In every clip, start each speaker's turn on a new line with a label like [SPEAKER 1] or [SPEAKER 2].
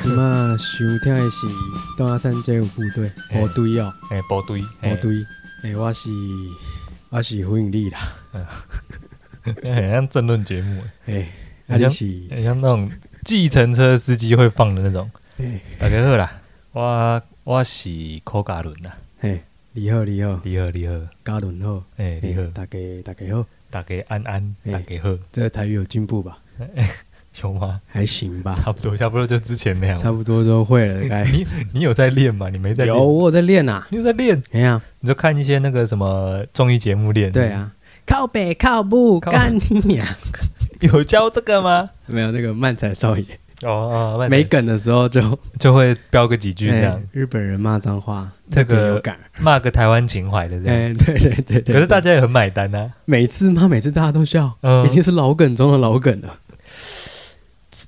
[SPEAKER 1] 即马收听的是东阿山街有部队，部队哦，
[SPEAKER 2] 诶，部队，
[SPEAKER 1] 部 队。诶，我是我是胡永利啦。
[SPEAKER 2] 队，很像政论节目，
[SPEAKER 1] 诶，啊
[SPEAKER 2] 很
[SPEAKER 1] 你
[SPEAKER 2] 像
[SPEAKER 1] 是
[SPEAKER 2] 很像那种计程车司机会放的那种。
[SPEAKER 1] 诶
[SPEAKER 2] 大家好啦，我我是柯嘉伦啊啦，
[SPEAKER 1] 诶，你好你好，
[SPEAKER 2] 你好你好，
[SPEAKER 1] 嘉伦好，
[SPEAKER 2] 诶，你好
[SPEAKER 1] 诶，大家大家好，
[SPEAKER 2] 大家安安，
[SPEAKER 1] 嘿
[SPEAKER 2] 大家好，
[SPEAKER 1] 这台语有进步吧？
[SPEAKER 2] 有吗？
[SPEAKER 1] 还行吧，
[SPEAKER 2] 差不多，差不多就之前那样。
[SPEAKER 1] 啊差不多都会 了，该
[SPEAKER 2] 你你有在练吗？你没在练？
[SPEAKER 1] 有我有在练啊，
[SPEAKER 2] 你有在练？
[SPEAKER 1] 哎呀，
[SPEAKER 2] 你就看一些那个什么综艺节目练。
[SPEAKER 1] 对，啊，靠北靠步
[SPEAKER 2] 靠
[SPEAKER 1] 干你呀，
[SPEAKER 2] 有教这个吗？
[SPEAKER 1] 没有那个漫才少爷
[SPEAKER 2] 哦哦，慢点
[SPEAKER 1] 没梗的时候就
[SPEAKER 2] 就会飙个几句这样
[SPEAKER 1] 诶，日本人骂脏话
[SPEAKER 2] 这
[SPEAKER 1] 特别
[SPEAKER 2] 个
[SPEAKER 1] 有感，
[SPEAKER 2] 骂个台湾情怀的这样。
[SPEAKER 1] 哎，对对对对，对
[SPEAKER 2] 可是大家也很买单啊。
[SPEAKER 1] 每次吗？每次大家都笑，
[SPEAKER 2] 嗯
[SPEAKER 1] 已经是老梗中的老梗了。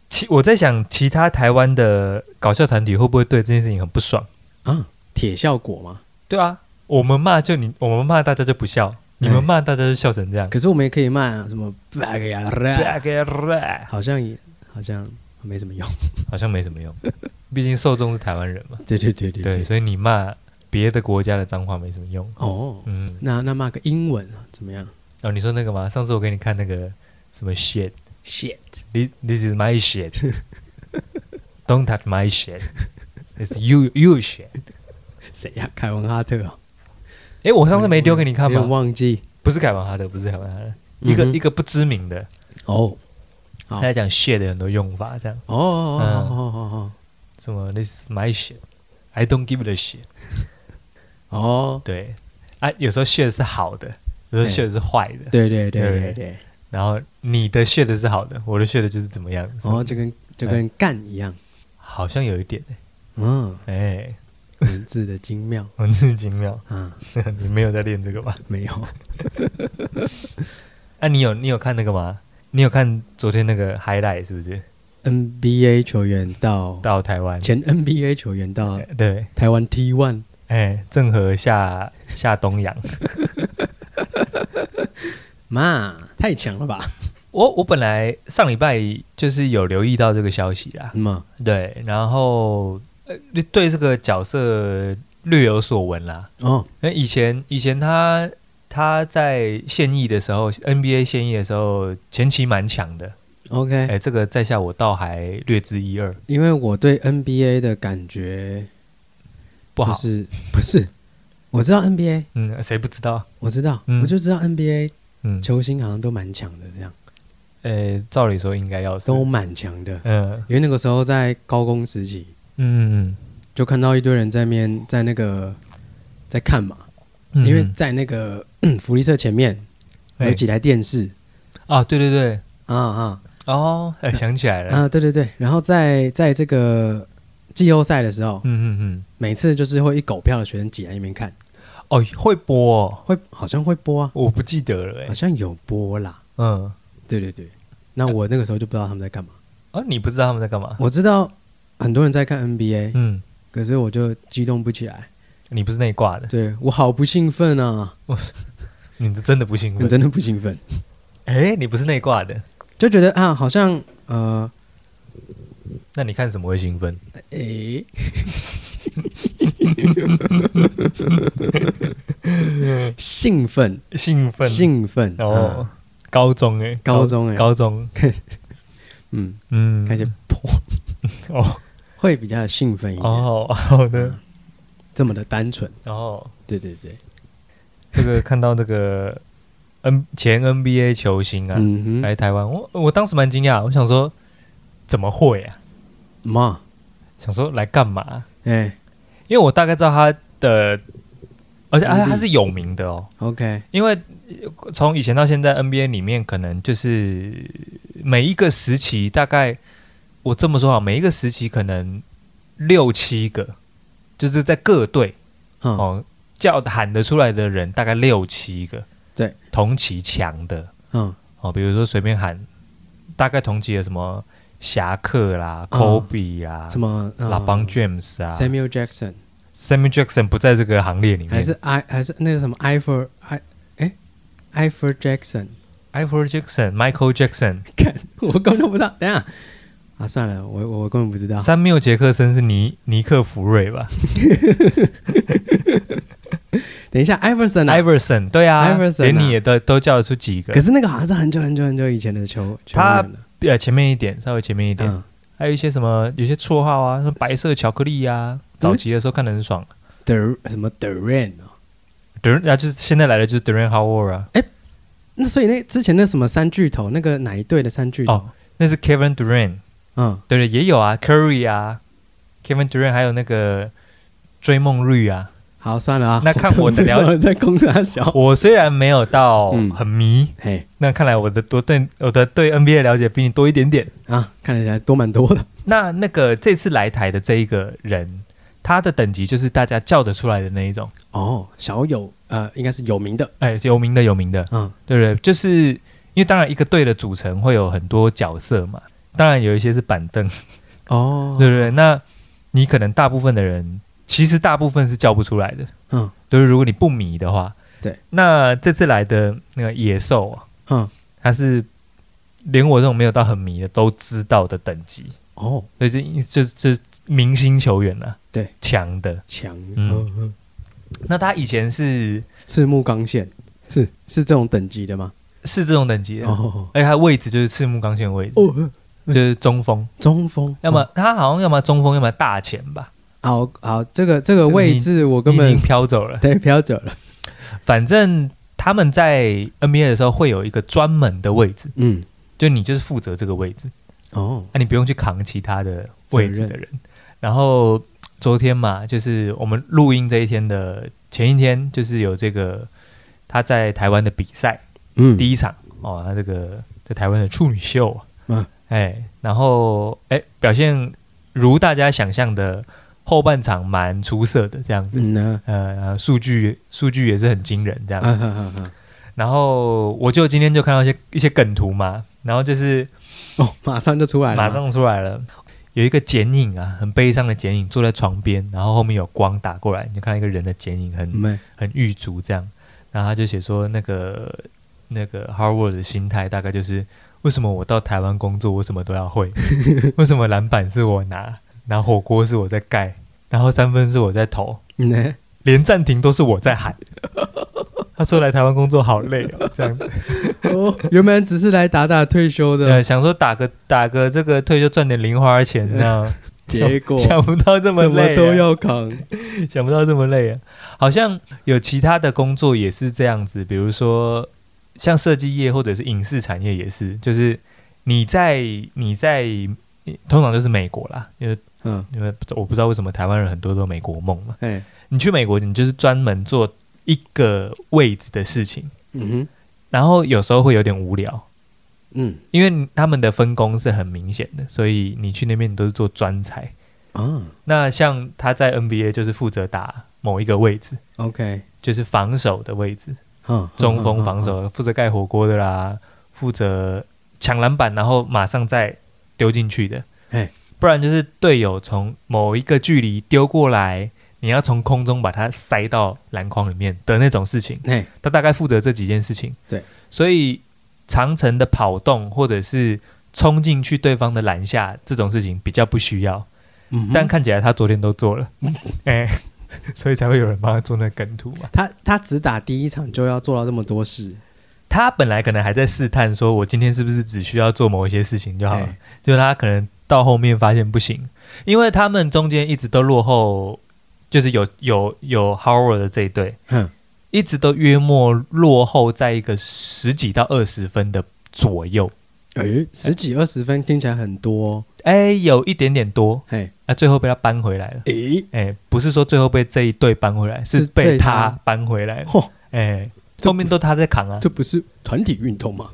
[SPEAKER 2] 其我在想，其他台湾的搞笑团体会不会对这件事情很不爽？
[SPEAKER 1] 啊，铁效果嘛。
[SPEAKER 2] 对啊，哎我们骂就你，我们骂大家就不笑，你们骂大家就笑成这样。
[SPEAKER 1] 可是我们也可以骂、啊、什么 bug 呀、rap，好像也好像没什么用。
[SPEAKER 2] 好像没什么用， 毕竟受众是台湾人嘛。
[SPEAKER 1] 对对对对
[SPEAKER 2] 对，所以你骂别的国家的脏话没什么用。
[SPEAKER 1] 哦，
[SPEAKER 2] 嗯，
[SPEAKER 1] 那那骂个英文啊怎么样
[SPEAKER 2] 哦，你说那个吗？上次我给你看那个什么 shit，this
[SPEAKER 1] ？Shit，
[SPEAKER 2] this is my shit，don't touch my shit，it's you you shit。
[SPEAKER 1] 谁呀、凯文哈特、哦。
[SPEAKER 2] 诶，我上次没丢给你看
[SPEAKER 1] 有点
[SPEAKER 2] 吗？
[SPEAKER 1] 忘记
[SPEAKER 2] 不是凯文哈德，不是凯文哈德，一个
[SPEAKER 1] 嗯哼
[SPEAKER 2] 一个不知名的，
[SPEAKER 1] 哦。
[SPEAKER 2] 他
[SPEAKER 1] 好
[SPEAKER 2] 在讲 shit 的很多用法，这样
[SPEAKER 1] 哦哦
[SPEAKER 2] 嗯
[SPEAKER 1] 哦哦哦
[SPEAKER 2] 什么 this is my shit，I don't give a shit。
[SPEAKER 1] 哦哦，
[SPEAKER 2] 对，啊，有时候 shit 是好的，有时候 shit 是坏的，
[SPEAKER 1] 对对对
[SPEAKER 2] 对
[SPEAKER 1] 对对。
[SPEAKER 2] 然后你的 shit 是好的，我的 shit 就是怎么样，
[SPEAKER 1] 然哦后就跟就
[SPEAKER 2] 哎
[SPEAKER 1] 跟干一样，
[SPEAKER 2] 好像有一点，
[SPEAKER 1] 嗯，
[SPEAKER 2] 哎，
[SPEAKER 1] 文字的精妙
[SPEAKER 2] 文字精妙，
[SPEAKER 1] 啊，
[SPEAKER 2] 你没有在练这个吧？
[SPEAKER 1] 没有。
[SPEAKER 2] 啊，你有你有看那个吗？你有看昨天那个 highlight 是不是？
[SPEAKER 1] NBA 球员到
[SPEAKER 2] 到台湾，
[SPEAKER 1] 前 NBA 球员到
[SPEAKER 2] 哎对，
[SPEAKER 1] 台湾 T One，
[SPEAKER 2] 哎，郑和下下东洋。
[SPEAKER 1] 妈太强了吧？
[SPEAKER 2] 我我本来上礼拜就是有留意到这个消息啦，
[SPEAKER 1] 嘛，
[SPEAKER 2] 对，然后呃对这个角色略有所闻啦。
[SPEAKER 1] 哦，
[SPEAKER 2] 那以前以前他他在现役的时候，NBA 现役的时候前期蛮强的，
[SPEAKER 1] OK，、
[SPEAKER 2] 哎、这个在下我倒还略知一二，
[SPEAKER 1] 因为我对 NBA 的感觉
[SPEAKER 2] 不好，
[SPEAKER 1] 就、是不是？我知道 NBA，
[SPEAKER 2] 嗯，谁不知道？
[SPEAKER 1] 我知道，
[SPEAKER 2] 嗯
[SPEAKER 1] 我就知道 NBA
[SPEAKER 2] 嗯，
[SPEAKER 1] 球星好像都蛮强的，这样
[SPEAKER 2] 呃，照理说应该要是，
[SPEAKER 1] 都
[SPEAKER 2] 嗯
[SPEAKER 1] 蛮强的。
[SPEAKER 2] 嗯
[SPEAKER 1] 因为那个时候在高工时期，
[SPEAKER 2] 嗯
[SPEAKER 1] 就看到一堆人在面在那个在看嘛，
[SPEAKER 2] 嗯，
[SPEAKER 1] 因为在那个嗯福利社前面
[SPEAKER 2] 哎
[SPEAKER 1] 有几台电视
[SPEAKER 2] 啊，对对对，
[SPEAKER 1] 啊啊
[SPEAKER 2] 哦，哎、想起来了，
[SPEAKER 1] 啊，对对对，然后在在这个季后赛的时候，
[SPEAKER 2] 嗯嗯嗯。
[SPEAKER 1] 每次就是会一狗票的学生挤在那边看，
[SPEAKER 2] 哦，会播、哦，
[SPEAKER 1] 会好像会播啊，
[SPEAKER 2] 我不记得了、欸，
[SPEAKER 1] 好像有播啦。
[SPEAKER 2] 嗯，
[SPEAKER 1] 对对对，那我那个时候就不知道他们在干嘛。
[SPEAKER 2] 哦，你不知道他们在干嘛？
[SPEAKER 1] 我知道很多人在看 NBA，、
[SPEAKER 2] 嗯，
[SPEAKER 1] 可是我就激动不起来。
[SPEAKER 2] 你不是内挂的，
[SPEAKER 1] 对我好不兴奋啊，
[SPEAKER 2] 你是真的不兴
[SPEAKER 1] 我
[SPEAKER 2] 奋？
[SPEAKER 1] 真的不兴奋，
[SPEAKER 2] 哎、你不是内挂的，
[SPEAKER 1] 就觉得啊，好像呃，
[SPEAKER 2] 那你看什么会兴奋？
[SPEAKER 1] 诶， 兴奋，
[SPEAKER 2] 兴奋，
[SPEAKER 1] 兴奋
[SPEAKER 2] 哦，
[SPEAKER 1] 啊，
[SPEAKER 2] 高中哎、
[SPEAKER 1] 高中哎
[SPEAKER 2] 高中，
[SPEAKER 1] 嗯，
[SPEAKER 2] 嗯，
[SPEAKER 1] 开始破，
[SPEAKER 2] 哦
[SPEAKER 1] 会比较兴奋一点，
[SPEAKER 2] 哦，好的，
[SPEAKER 1] 这么的单纯。
[SPEAKER 2] 然后
[SPEAKER 1] 对对对，
[SPEAKER 2] 这个看到这个 N 前 NBA 球星啊、
[SPEAKER 1] 嗯哼，
[SPEAKER 2] 来台湾，我我当时蛮惊讶，我想说怎么会啊？
[SPEAKER 1] 妈，
[SPEAKER 2] 想说来干嘛、
[SPEAKER 1] 哎
[SPEAKER 2] 因为我大概知道他的，而且
[SPEAKER 1] 资历
[SPEAKER 2] 他他是有名的哦，
[SPEAKER 1] ，OK，
[SPEAKER 2] 因为呃从以前到现在 NBA 里面，可能就是每一个时期，大概我这么说啊，每一个时期可能六七个，就是在各队
[SPEAKER 1] 嗯，
[SPEAKER 2] 哦叫喊得出来的人，大概六七个，
[SPEAKER 1] 对，
[SPEAKER 2] 同期强的
[SPEAKER 1] 嗯，
[SPEAKER 2] 哦，比如说随便喊，大概同期有什么侠客啦、
[SPEAKER 1] 嗯
[SPEAKER 2] Kobe 啦、
[SPEAKER 1] 什么呃
[SPEAKER 2] 拉邦 James 啊、
[SPEAKER 1] Samuel Jackson，
[SPEAKER 2] Sammy Jackson 不在这个行列里面，
[SPEAKER 1] 还是 I 还是那个什么 i v o r 哎哎 i v o r Jackson，
[SPEAKER 2] Ivor Jackson、Michael Jackson
[SPEAKER 1] 看我根本都不知道。等一下啊，算了，我我根本不知道。
[SPEAKER 2] 三缪杰克森是尼尼克福瑞吧
[SPEAKER 1] 等一下，Iverson 啊
[SPEAKER 2] ？Iverson 对啊
[SPEAKER 1] Iverson 啊
[SPEAKER 2] 连你也都都叫得出几个
[SPEAKER 1] 可。是那个好像是很久很久很久以前的球球员
[SPEAKER 2] 他
[SPEAKER 1] 了。
[SPEAKER 2] 呃，前面一点，稍微前面一点，
[SPEAKER 1] 嗯，
[SPEAKER 2] 还有一些什么，有些绰号啊，什么白色巧克力啊，早期的时候看得很爽。
[SPEAKER 1] 德什么德 n 哦，
[SPEAKER 2] 德然啊，就是现在来的就是 Duran Howard 啊，
[SPEAKER 1] 那所以那之前那什么三巨头，那个哪一队的三巨头？
[SPEAKER 2] 哦那是 Kevin Durant，
[SPEAKER 1] 嗯，
[SPEAKER 2] 对对，也有啊，Curry 啊，Kevin Durant，还有那个追梦绿啊。
[SPEAKER 1] 好，算了啊。
[SPEAKER 2] 那看我的了
[SPEAKER 1] 我在攻他小，
[SPEAKER 2] 我虽然没有到
[SPEAKER 1] 嗯
[SPEAKER 2] 很迷，
[SPEAKER 1] 嘿
[SPEAKER 2] 那看来我的多对我的对 NBA 的了解比你多一点点。
[SPEAKER 1] 啊，看起来多蛮多的。
[SPEAKER 2] 那那个这次来台的这一个人，他的等级就是大家叫得出来的那一种，
[SPEAKER 1] 哦，小有呃，应该是有名的，
[SPEAKER 2] 哎，有名的有名的，
[SPEAKER 1] 嗯，
[SPEAKER 2] 对不对？就是因为当然一个队的组成会有很多角色嘛，当然有一些是板凳，
[SPEAKER 1] 哦，
[SPEAKER 2] 对不对？那你可能大部分的人，其实大部分是叫不出来的，
[SPEAKER 1] 嗯
[SPEAKER 2] 就是如果你不迷的话，
[SPEAKER 1] 对。
[SPEAKER 2] 那这次来的那个野兽啊，
[SPEAKER 1] 嗯，
[SPEAKER 2] 他是连我这种没有到很迷的都知道的等级，
[SPEAKER 1] 哦，
[SPEAKER 2] 所以这这这明星球员啊，
[SPEAKER 1] 对，
[SPEAKER 2] 强的。
[SPEAKER 1] 强，
[SPEAKER 2] 嗯
[SPEAKER 1] 嗯，
[SPEAKER 2] 那他以前是
[SPEAKER 1] 赤木刚宪是是这种等级的吗？
[SPEAKER 2] 是这种等级的，
[SPEAKER 1] 哦
[SPEAKER 2] 而且他位置就是赤木刚宪的位置，
[SPEAKER 1] 哦，嗯
[SPEAKER 2] 就是中锋，
[SPEAKER 1] 中锋，哦
[SPEAKER 2] 要么他好像要么中锋，要么大前吧，
[SPEAKER 1] 好好，这个这个位置我根
[SPEAKER 2] 你 已
[SPEAKER 1] 本
[SPEAKER 2] 经飘走了。
[SPEAKER 1] 对飘走了，
[SPEAKER 2] 反正他们在 NBA 的时候会有一个专门的位置，
[SPEAKER 1] 嗯，
[SPEAKER 2] 就你就是负责这个位置，啊
[SPEAKER 1] 哦，
[SPEAKER 2] 那、你不用去扛其他的位置的人。然后昨天嘛，就是我们录音这一天的前一天，就是有这个他在台湾的比赛
[SPEAKER 1] 嗯，
[SPEAKER 2] 第一场哦，他这个在台湾的处女秀，
[SPEAKER 1] 嗯
[SPEAKER 2] 嗯，哎，然后哎表现如大家想象的后半场蛮出色的这样子，
[SPEAKER 1] 嗯呢，
[SPEAKER 2] 呃，然后数据数据也是很惊人这样
[SPEAKER 1] 啊哈哈哈，
[SPEAKER 2] 然后我就今天就看到一些一些梗图嘛，然后就是
[SPEAKER 1] 哦，马上就出来了，
[SPEAKER 2] 马，上出来了，有一个剪影啊，很悲伤的剪影，坐在床边，然后后面有光打过来，你就看到一个人的剪影很，很
[SPEAKER 1] 没，
[SPEAKER 2] 狱卒这样。然后他就写说，那个那个 Harvard 的心态大概就是，为什么我到台湾工作，我什么都 要会？为什么篮板是我拿，然后火锅是我在盖，然后三分是我在投，
[SPEAKER 1] 嗯呢，
[SPEAKER 2] 连暂停都是我在喊。他说来台湾工作好累哦，这样子。
[SPEAKER 1] 哦，原本只是来打打退休的
[SPEAKER 2] 呃，，想说打个打个这个退休赚点零花钱呢、
[SPEAKER 1] 结果
[SPEAKER 2] 想不到这
[SPEAKER 1] 什
[SPEAKER 2] 么
[SPEAKER 1] 么
[SPEAKER 2] 累、啊
[SPEAKER 1] 都，要扛，
[SPEAKER 2] 想不到这么累啊！好像有其他的工作也是这样子，比如说像设计业或者是影视产业也是，就是你在你在通常就是美国啦，因为
[SPEAKER 1] 嗯，
[SPEAKER 2] 因为我不知道为什么台湾人很多都美国梦嘛。
[SPEAKER 1] 哎，
[SPEAKER 2] 你去美国，你就是专门做一个位置的事情，
[SPEAKER 1] 嗯哼，
[SPEAKER 2] 然后有时候会有点无聊，
[SPEAKER 1] 嗯
[SPEAKER 2] 因为他们的分工是很明显的，所以你去那边你都是做专才。
[SPEAKER 1] 啊
[SPEAKER 2] 那像他在 NBA 就是负责打某一个位置，
[SPEAKER 1] ，OK，
[SPEAKER 2] 就是防守的位置，
[SPEAKER 1] 嗯，
[SPEAKER 2] 中锋
[SPEAKER 1] 嗯
[SPEAKER 2] 防，守，负责盖火锅的啦，负责抢篮板，然后马上再丢进去的
[SPEAKER 1] 嘿。
[SPEAKER 2] 不然就是队友从某一个距离丢过来，你要从空中把它塞到篮筐里面的那种事情。
[SPEAKER 1] 哎，
[SPEAKER 2] 他大概负责这几件事情。
[SPEAKER 1] 对，
[SPEAKER 2] 所以长城的跑动或者是冲进去对方的篮下这种事情比较不需要，
[SPEAKER 1] 嗯哼
[SPEAKER 2] 但看起来他昨天都做了， 哎、所以才会有人帮他做那梗图嘛。
[SPEAKER 1] 他他只打第一场就要做到这么多事，
[SPEAKER 2] 他本来可能还在试探，说我今天是不是只需要做某一些事情就好了
[SPEAKER 1] 哎，
[SPEAKER 2] 就他可能到后面发现不行，因为他们中间一直都落后，就是有有有 Howard 的这一队，
[SPEAKER 1] 哼，
[SPEAKER 2] 一直都约莫落后在一个十几到二十分的左右，
[SPEAKER 1] 诶，哎十几二十分听起来很多哎哦，
[SPEAKER 2] 哎，有一点点多，
[SPEAKER 1] 嘿，
[SPEAKER 2] 啊，最后被他扳回来了。
[SPEAKER 1] 诶，
[SPEAKER 2] 哎，不是说最后被这一队扳回来，是
[SPEAKER 1] 是被
[SPEAKER 2] 被
[SPEAKER 1] 他
[SPEAKER 2] 他扳回来了。
[SPEAKER 1] 嚯，
[SPEAKER 2] 哎，后面都他在扛啊。
[SPEAKER 1] 这不是团体运动吗？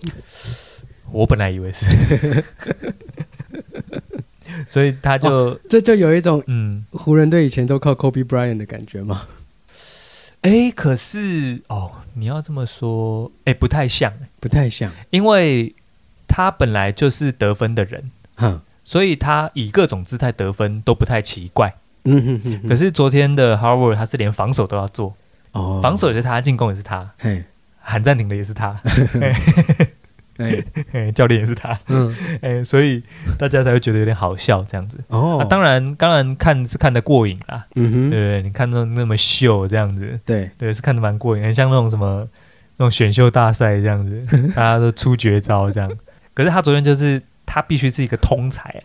[SPEAKER 2] 我本来以为是， 所以他就
[SPEAKER 1] 这就有一种
[SPEAKER 2] 嗯，
[SPEAKER 1] 湖人队以前都靠 Kobe Bryant 的感觉吗？
[SPEAKER 2] 哎，可是哦，你要这么说，哎，不太像，
[SPEAKER 1] 不太像，
[SPEAKER 2] 因为他本来就是得分的人，
[SPEAKER 1] 哼，
[SPEAKER 2] 所以他以各种姿态得分都不太奇怪。
[SPEAKER 1] 嗯哼哼哼，
[SPEAKER 2] 可是昨天的 Howard 他是连防守都要做，
[SPEAKER 1] 哦
[SPEAKER 2] 防，守也是他，进攻也是他，
[SPEAKER 1] 嘿，
[SPEAKER 2] 喊暂停的也是他。
[SPEAKER 1] 哎，
[SPEAKER 2] 嘿教练也是他，
[SPEAKER 1] 嗯，
[SPEAKER 2] 哎，所以大家才会觉得有点好笑这样子。
[SPEAKER 1] 哦
[SPEAKER 2] 啊，，当然，当然看是看得过瘾啦，
[SPEAKER 1] 嗯
[SPEAKER 2] 对不
[SPEAKER 1] 哼，
[SPEAKER 2] 对？你看到那么秀这样子，
[SPEAKER 1] 对，
[SPEAKER 2] 对，是看得蛮过瘾，很像那种什么那种选秀大赛这样子，大家都出绝招这样。可是他昨天就是他必须是一个通才啊，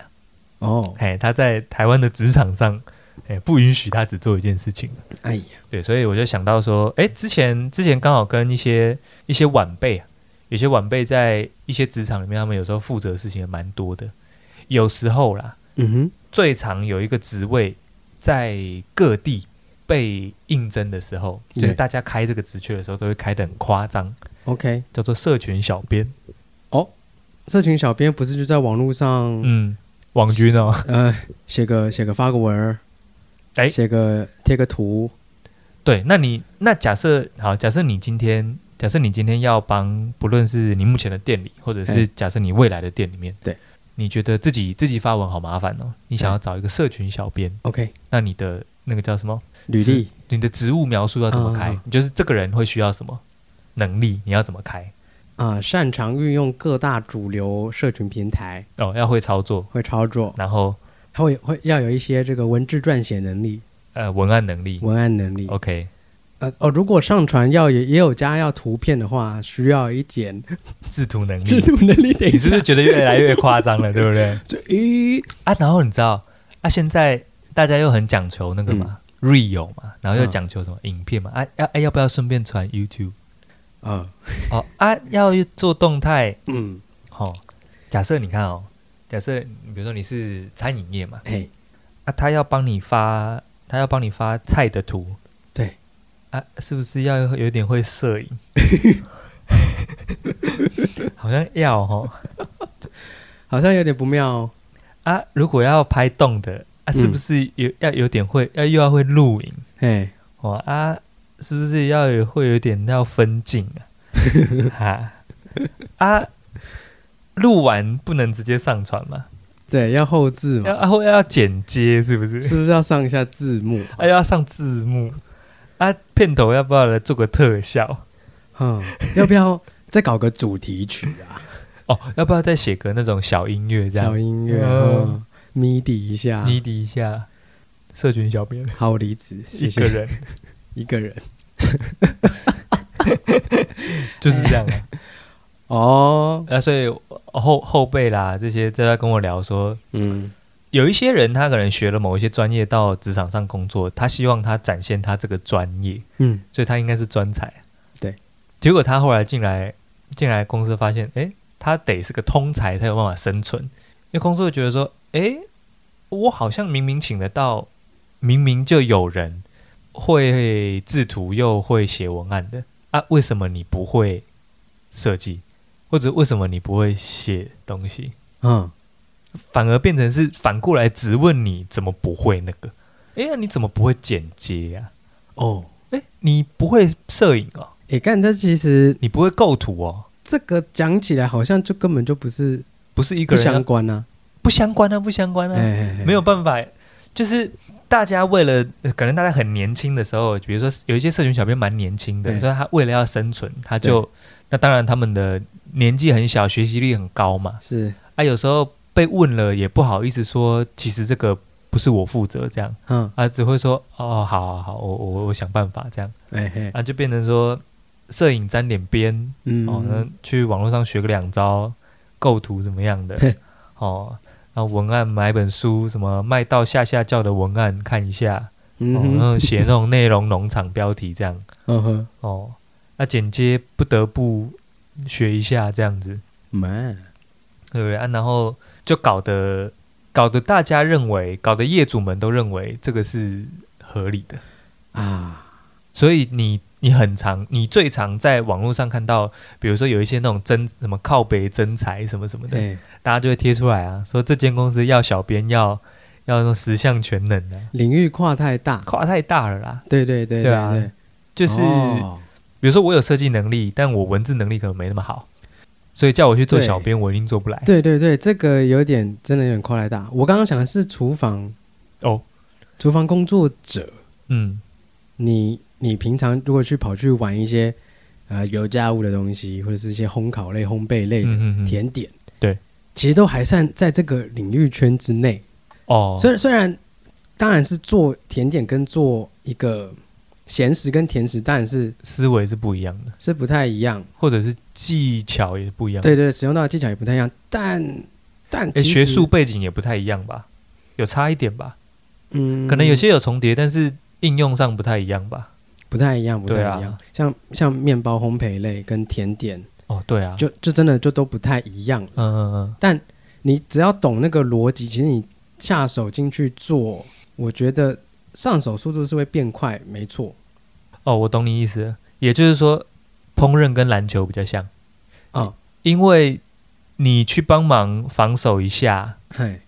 [SPEAKER 1] 哦，
[SPEAKER 2] 哎，他在台湾的职场上，哎，不允许他只做一件事情。
[SPEAKER 1] 哎呀，
[SPEAKER 2] 对，所以我就想到说，哎，之前之前刚好跟一些一些晚辈啊，有些晚辈在一些职场里面，他们有时候负责的事情也蛮多的，有时候啦，
[SPEAKER 1] 嗯哼，
[SPEAKER 2] 最常有一个职位在各地被应征的时候，
[SPEAKER 1] 对
[SPEAKER 2] 就是大家开这个职缺的时候，都会开得很夸张，
[SPEAKER 1] OK，
[SPEAKER 2] 叫做社群小编。
[SPEAKER 1] 社群小编不是就在网络上，
[SPEAKER 2] 嗯，网军哦，
[SPEAKER 1] 呃，写个写个发个文儿，
[SPEAKER 2] 哎
[SPEAKER 1] 写个贴个图，
[SPEAKER 2] 对，那你那假设好，假设你今天。假设你今天要帮，不论是你目前的店里，或者
[SPEAKER 1] 哎
[SPEAKER 2] 是假设你未来的店里面，
[SPEAKER 1] 对，
[SPEAKER 2] 你觉得自己自己发文好麻烦哦，你想要找一个社群小编，
[SPEAKER 1] OK，
[SPEAKER 2] 那你的那个叫什么？
[SPEAKER 1] 履历，
[SPEAKER 2] 你的职务描述要怎么开？
[SPEAKER 1] 嗯嗯嗯
[SPEAKER 2] 你就是这个人会需要什么能力，你要怎么开？
[SPEAKER 1] 啊、擅长运用各大主流社群平台，
[SPEAKER 2] 哦，要会操作，
[SPEAKER 1] 会操作，
[SPEAKER 2] 然后
[SPEAKER 1] 还会会要有一些这个文字撰写能力、
[SPEAKER 2] 呃文案能力
[SPEAKER 1] 文案能力。
[SPEAKER 2] ，OK，
[SPEAKER 1] 呃哦，如果上传要也也有加要图片的话，需要一点
[SPEAKER 2] 制图能
[SPEAKER 1] 制
[SPEAKER 2] 力，
[SPEAKER 1] 度能力。等一
[SPEAKER 2] 嗯你是
[SPEAKER 1] 下
[SPEAKER 2] 不是，觉得越来越夸张了，对不对？
[SPEAKER 1] 这咦，
[SPEAKER 2] 啊，然后你知道啊，现在大家又很讲求那个嘛、r
[SPEAKER 1] 嗯
[SPEAKER 2] e a l 嘛，然后又讲求什么、影片嘛，啊要哎要不要顺便传 YouTube？
[SPEAKER 1] 啊，
[SPEAKER 2] 哦啊要做动态，
[SPEAKER 1] 嗯，
[SPEAKER 2] 哦，假设你看哦，假设你比如说你是餐饮业嘛，
[SPEAKER 1] 嘿，
[SPEAKER 2] 啊他要帮你发他要帮你发菜的图，
[SPEAKER 1] 对，
[SPEAKER 2] 啊，是不是要有有点会摄影？好像要哦。
[SPEAKER 1] 好像有点不妙、哦。
[SPEAKER 2] 啊，如果要拍动的啊，是不是有、要有点会要又要会录影
[SPEAKER 1] 嘿，
[SPEAKER 2] 哦啊？是不是要有会有点要分镜啊？啊啊，录完不能直接上传嘛？
[SPEAKER 1] 对，要后置
[SPEAKER 2] 要
[SPEAKER 1] 嘛，
[SPEAKER 2] 啊会要剪接是不是？
[SPEAKER 1] 是不是要上一下字幕？
[SPEAKER 2] 啊要上字幕啊？片头要不要来做个特效？
[SPEAKER 1] 嗯，要不要再搞个主题曲 啊？
[SPEAKER 2] 哦，要不要再写个那种小音啊乐这
[SPEAKER 1] 小
[SPEAKER 2] 样？
[SPEAKER 1] 音乐，嗯
[SPEAKER 2] 嗯
[SPEAKER 1] ，MIDI 一下。
[SPEAKER 2] 你理一下，社群小编
[SPEAKER 1] 好，我离职，谢
[SPEAKER 2] 一
[SPEAKER 1] 谢。
[SPEAKER 2] 个人
[SPEAKER 1] 一个人。
[SPEAKER 2] 就是这样、啊。
[SPEAKER 1] 哦，
[SPEAKER 2] 那、所以后后辈啦，这些都在跟我聊说，
[SPEAKER 1] 嗯，
[SPEAKER 2] 有一些人他可能学了某一些专业到职场上工作，他希望他展现他这个专业，
[SPEAKER 1] 嗯，
[SPEAKER 2] 所以他应该是专才。
[SPEAKER 1] 对，
[SPEAKER 2] 结果他后来进来进来公司发现，诶，他得是个通才才有办法生存，因为公司会觉得说，诶，我好像明明请得到，明明就有人会制图又会写文案的啊，为什么你不会设计，或者为什么你不会写东西？
[SPEAKER 1] 嗯，
[SPEAKER 2] 反而变成是反过来质问你怎么不会那个？哎呀，你怎么不会剪接呀、
[SPEAKER 1] 哦，
[SPEAKER 2] 哎，你不会摄影哦，
[SPEAKER 1] 诶，干，这其实
[SPEAKER 2] 你不会构图哦，
[SPEAKER 1] 这个讲起来好像就根本就不是
[SPEAKER 2] 不是一
[SPEAKER 1] 不
[SPEAKER 2] 个人要
[SPEAKER 1] 相关啊，
[SPEAKER 2] 不相关啊，不相关啊，
[SPEAKER 1] 哎，哎
[SPEAKER 2] 没有，办法，就是大家为了呃可能大家很年轻的时候，比如说有一些社群小编蛮年轻
[SPEAKER 1] 哎
[SPEAKER 2] 的，所以他为了要生存，他就那当然他们的年纪很小，学习力很高嘛
[SPEAKER 1] 哎，是，
[SPEAKER 2] 啊，有时候被问了也不好意思说，其实这个不是我负责这样。
[SPEAKER 1] 嗯，
[SPEAKER 2] 啊，只会说哦，好好好，我我我想办法这样，
[SPEAKER 1] 哎嘿，
[SPEAKER 2] 啊，就变成说摄影沾点边，
[SPEAKER 1] 嗯，
[SPEAKER 2] 哦，那去网络上学个两招，构图怎么 样的
[SPEAKER 1] 嘿，
[SPEAKER 2] 哦，然后文案买本书，什么卖到下下教的文案看一下，哦，
[SPEAKER 1] 嗯
[SPEAKER 2] 然
[SPEAKER 1] 哼
[SPEAKER 2] 后写那种内容农场标题这样，
[SPEAKER 1] 嗯哼，
[SPEAKER 2] 哦，那、剪接不得不学一下这样子，嗯
[SPEAKER 1] man，
[SPEAKER 2] 对不对啊？然后就搞得搞得大家认为，搞得业主们都认为这个是合理的。
[SPEAKER 1] 啊，
[SPEAKER 2] 所以你你很常，你最常在网络上看到，比如说有一些那种真什么靠北真才什么什么的，
[SPEAKER 1] 哎，
[SPEAKER 2] 大家就会贴出来啊，说这间公司要小编要要那种十项全能的、
[SPEAKER 1] 哎领域跨太大，
[SPEAKER 2] 跨太大了啦。
[SPEAKER 1] 对对对
[SPEAKER 2] 对啊
[SPEAKER 1] 对，
[SPEAKER 2] 就是、
[SPEAKER 1] 哦
[SPEAKER 2] 比如说我有设计能力，但我文字能力可能没那么好，所以叫我去做
[SPEAKER 1] 对
[SPEAKER 2] 小编，我一定做不 来。
[SPEAKER 1] 对对对，这个有点真的有点跨太大。我刚刚想的是厨房，
[SPEAKER 2] 哦，
[SPEAKER 1] 厨房工作者，
[SPEAKER 2] 嗯，
[SPEAKER 1] 你你平常如果去跑去玩一些呃油炸物的东西，或者是一些烘烤类、烘焙类的
[SPEAKER 2] 嗯嗯嗯
[SPEAKER 1] 甜点，
[SPEAKER 2] 对，
[SPEAKER 1] 其实都还算在这个领域圈之内。
[SPEAKER 2] 哦，
[SPEAKER 1] 虽然虽然当然是做甜点跟做一个咸食跟甜食当然是
[SPEAKER 2] 思维是不一样的，
[SPEAKER 1] 是不太一样，
[SPEAKER 2] 或者是技巧也是不一样的，
[SPEAKER 1] 对对，使用到的技巧也不太一样，但但
[SPEAKER 2] 诶
[SPEAKER 1] 其实
[SPEAKER 2] 学术背景也不太一样吧，有差一点吧，
[SPEAKER 1] 嗯
[SPEAKER 2] 可能有些有重叠，但是应用上不太一样吧。
[SPEAKER 1] 不太一样，不太
[SPEAKER 2] 对
[SPEAKER 1] 一
[SPEAKER 2] 啊
[SPEAKER 1] 样，像像面包烘焙类跟甜点，
[SPEAKER 2] 哦，对啊，
[SPEAKER 1] 就就真的就都不太一样。
[SPEAKER 2] 嗯嗯嗯，
[SPEAKER 1] 但你只要懂那个逻辑，其实你下手进去做，我觉得上手速度是会变快，没错。
[SPEAKER 2] 哦，我懂你意思了，也就是说，烹饪跟篮球比较像，
[SPEAKER 1] 哦，
[SPEAKER 2] 因为你去帮忙防守一下，
[SPEAKER 1] 嗨，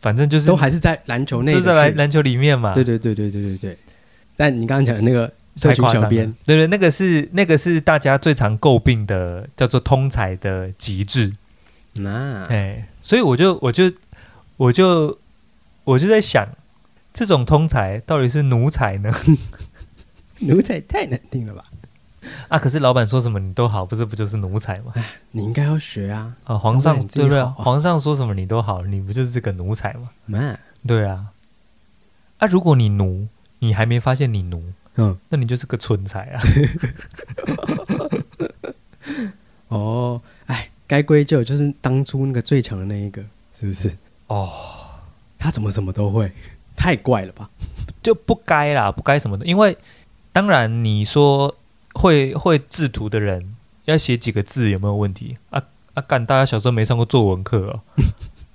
[SPEAKER 2] 反正就是
[SPEAKER 1] 都还是在篮球内
[SPEAKER 2] 就
[SPEAKER 1] 的
[SPEAKER 2] 是在篮啊
[SPEAKER 1] 区域
[SPEAKER 2] 篮球里面嘛，
[SPEAKER 1] 对对对对对对对。但你刚刚讲的那个社
[SPEAKER 2] 太
[SPEAKER 1] 群
[SPEAKER 2] 夸张
[SPEAKER 1] 小
[SPEAKER 2] 了
[SPEAKER 1] 编，，
[SPEAKER 2] 对对，那个是那个是大家最常诟病的，叫做通才的极致。
[SPEAKER 1] 那
[SPEAKER 2] 哎、所以我就我就我就我就在想，这种通才到底是奴才呢？
[SPEAKER 1] 奴才太难听了吧？
[SPEAKER 2] 啊，可是老板说什么你都好，不是不就是奴才吗？
[SPEAKER 1] 你应该要学啊，
[SPEAKER 2] 啊，皇上
[SPEAKER 1] 老板你自己
[SPEAKER 2] 对不对？
[SPEAKER 1] 好啊
[SPEAKER 2] 皇上说什么你都好，你不就是个奴才吗？
[SPEAKER 1] 妈，
[SPEAKER 2] 对啊，啊，如果你奴，你还没发现你奴，
[SPEAKER 1] 嗯，
[SPEAKER 2] 那你就是个蠢才啊！
[SPEAKER 1] 哦，哎，该归咎就是当初那个最强的那一个，是不是？
[SPEAKER 2] 哦，
[SPEAKER 1] 他怎么什么都会，太怪了吧？
[SPEAKER 2] 就不该啦，不该什么的，因为当然你说会会制图的人要写几个字有没有问题啊？啊干，大家小时候没上过作文课 哦，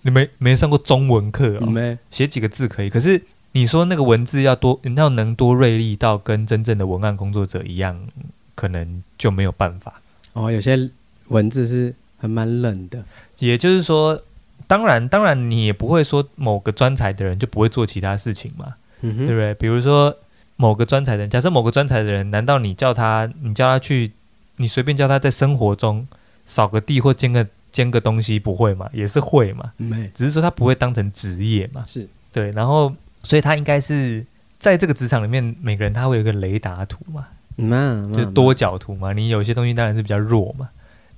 [SPEAKER 2] 你没没上过中文课
[SPEAKER 1] 你
[SPEAKER 2] 哦，
[SPEAKER 1] 们
[SPEAKER 2] 写几个字可以，可是你说那个文字要多，要能多锐利到跟真正的文案工作者一样，可能就没有办法。
[SPEAKER 1] 哦，有些文字是还蛮冷的，
[SPEAKER 2] 也就是说，当然，当然，你也不会说某个专才的人就不会做其他事情嘛，
[SPEAKER 1] 嗯
[SPEAKER 2] 对
[SPEAKER 1] 哼，
[SPEAKER 2] 不对？比如说某个专才的人，假设某个专才的人，难道你叫他，你叫他去，你随便叫他在生活中扫个地或煎个煎个东西，不会嘛？也是会嘛，
[SPEAKER 1] 没
[SPEAKER 2] 只是说他不会当成职业嘛，
[SPEAKER 1] 是
[SPEAKER 2] 对。然后，所以他应该是在这个职场里面，每个人他会有一个雷达图嘛，
[SPEAKER 1] 那
[SPEAKER 2] 就是多角图嘛。你有些东西当然是比较弱嘛，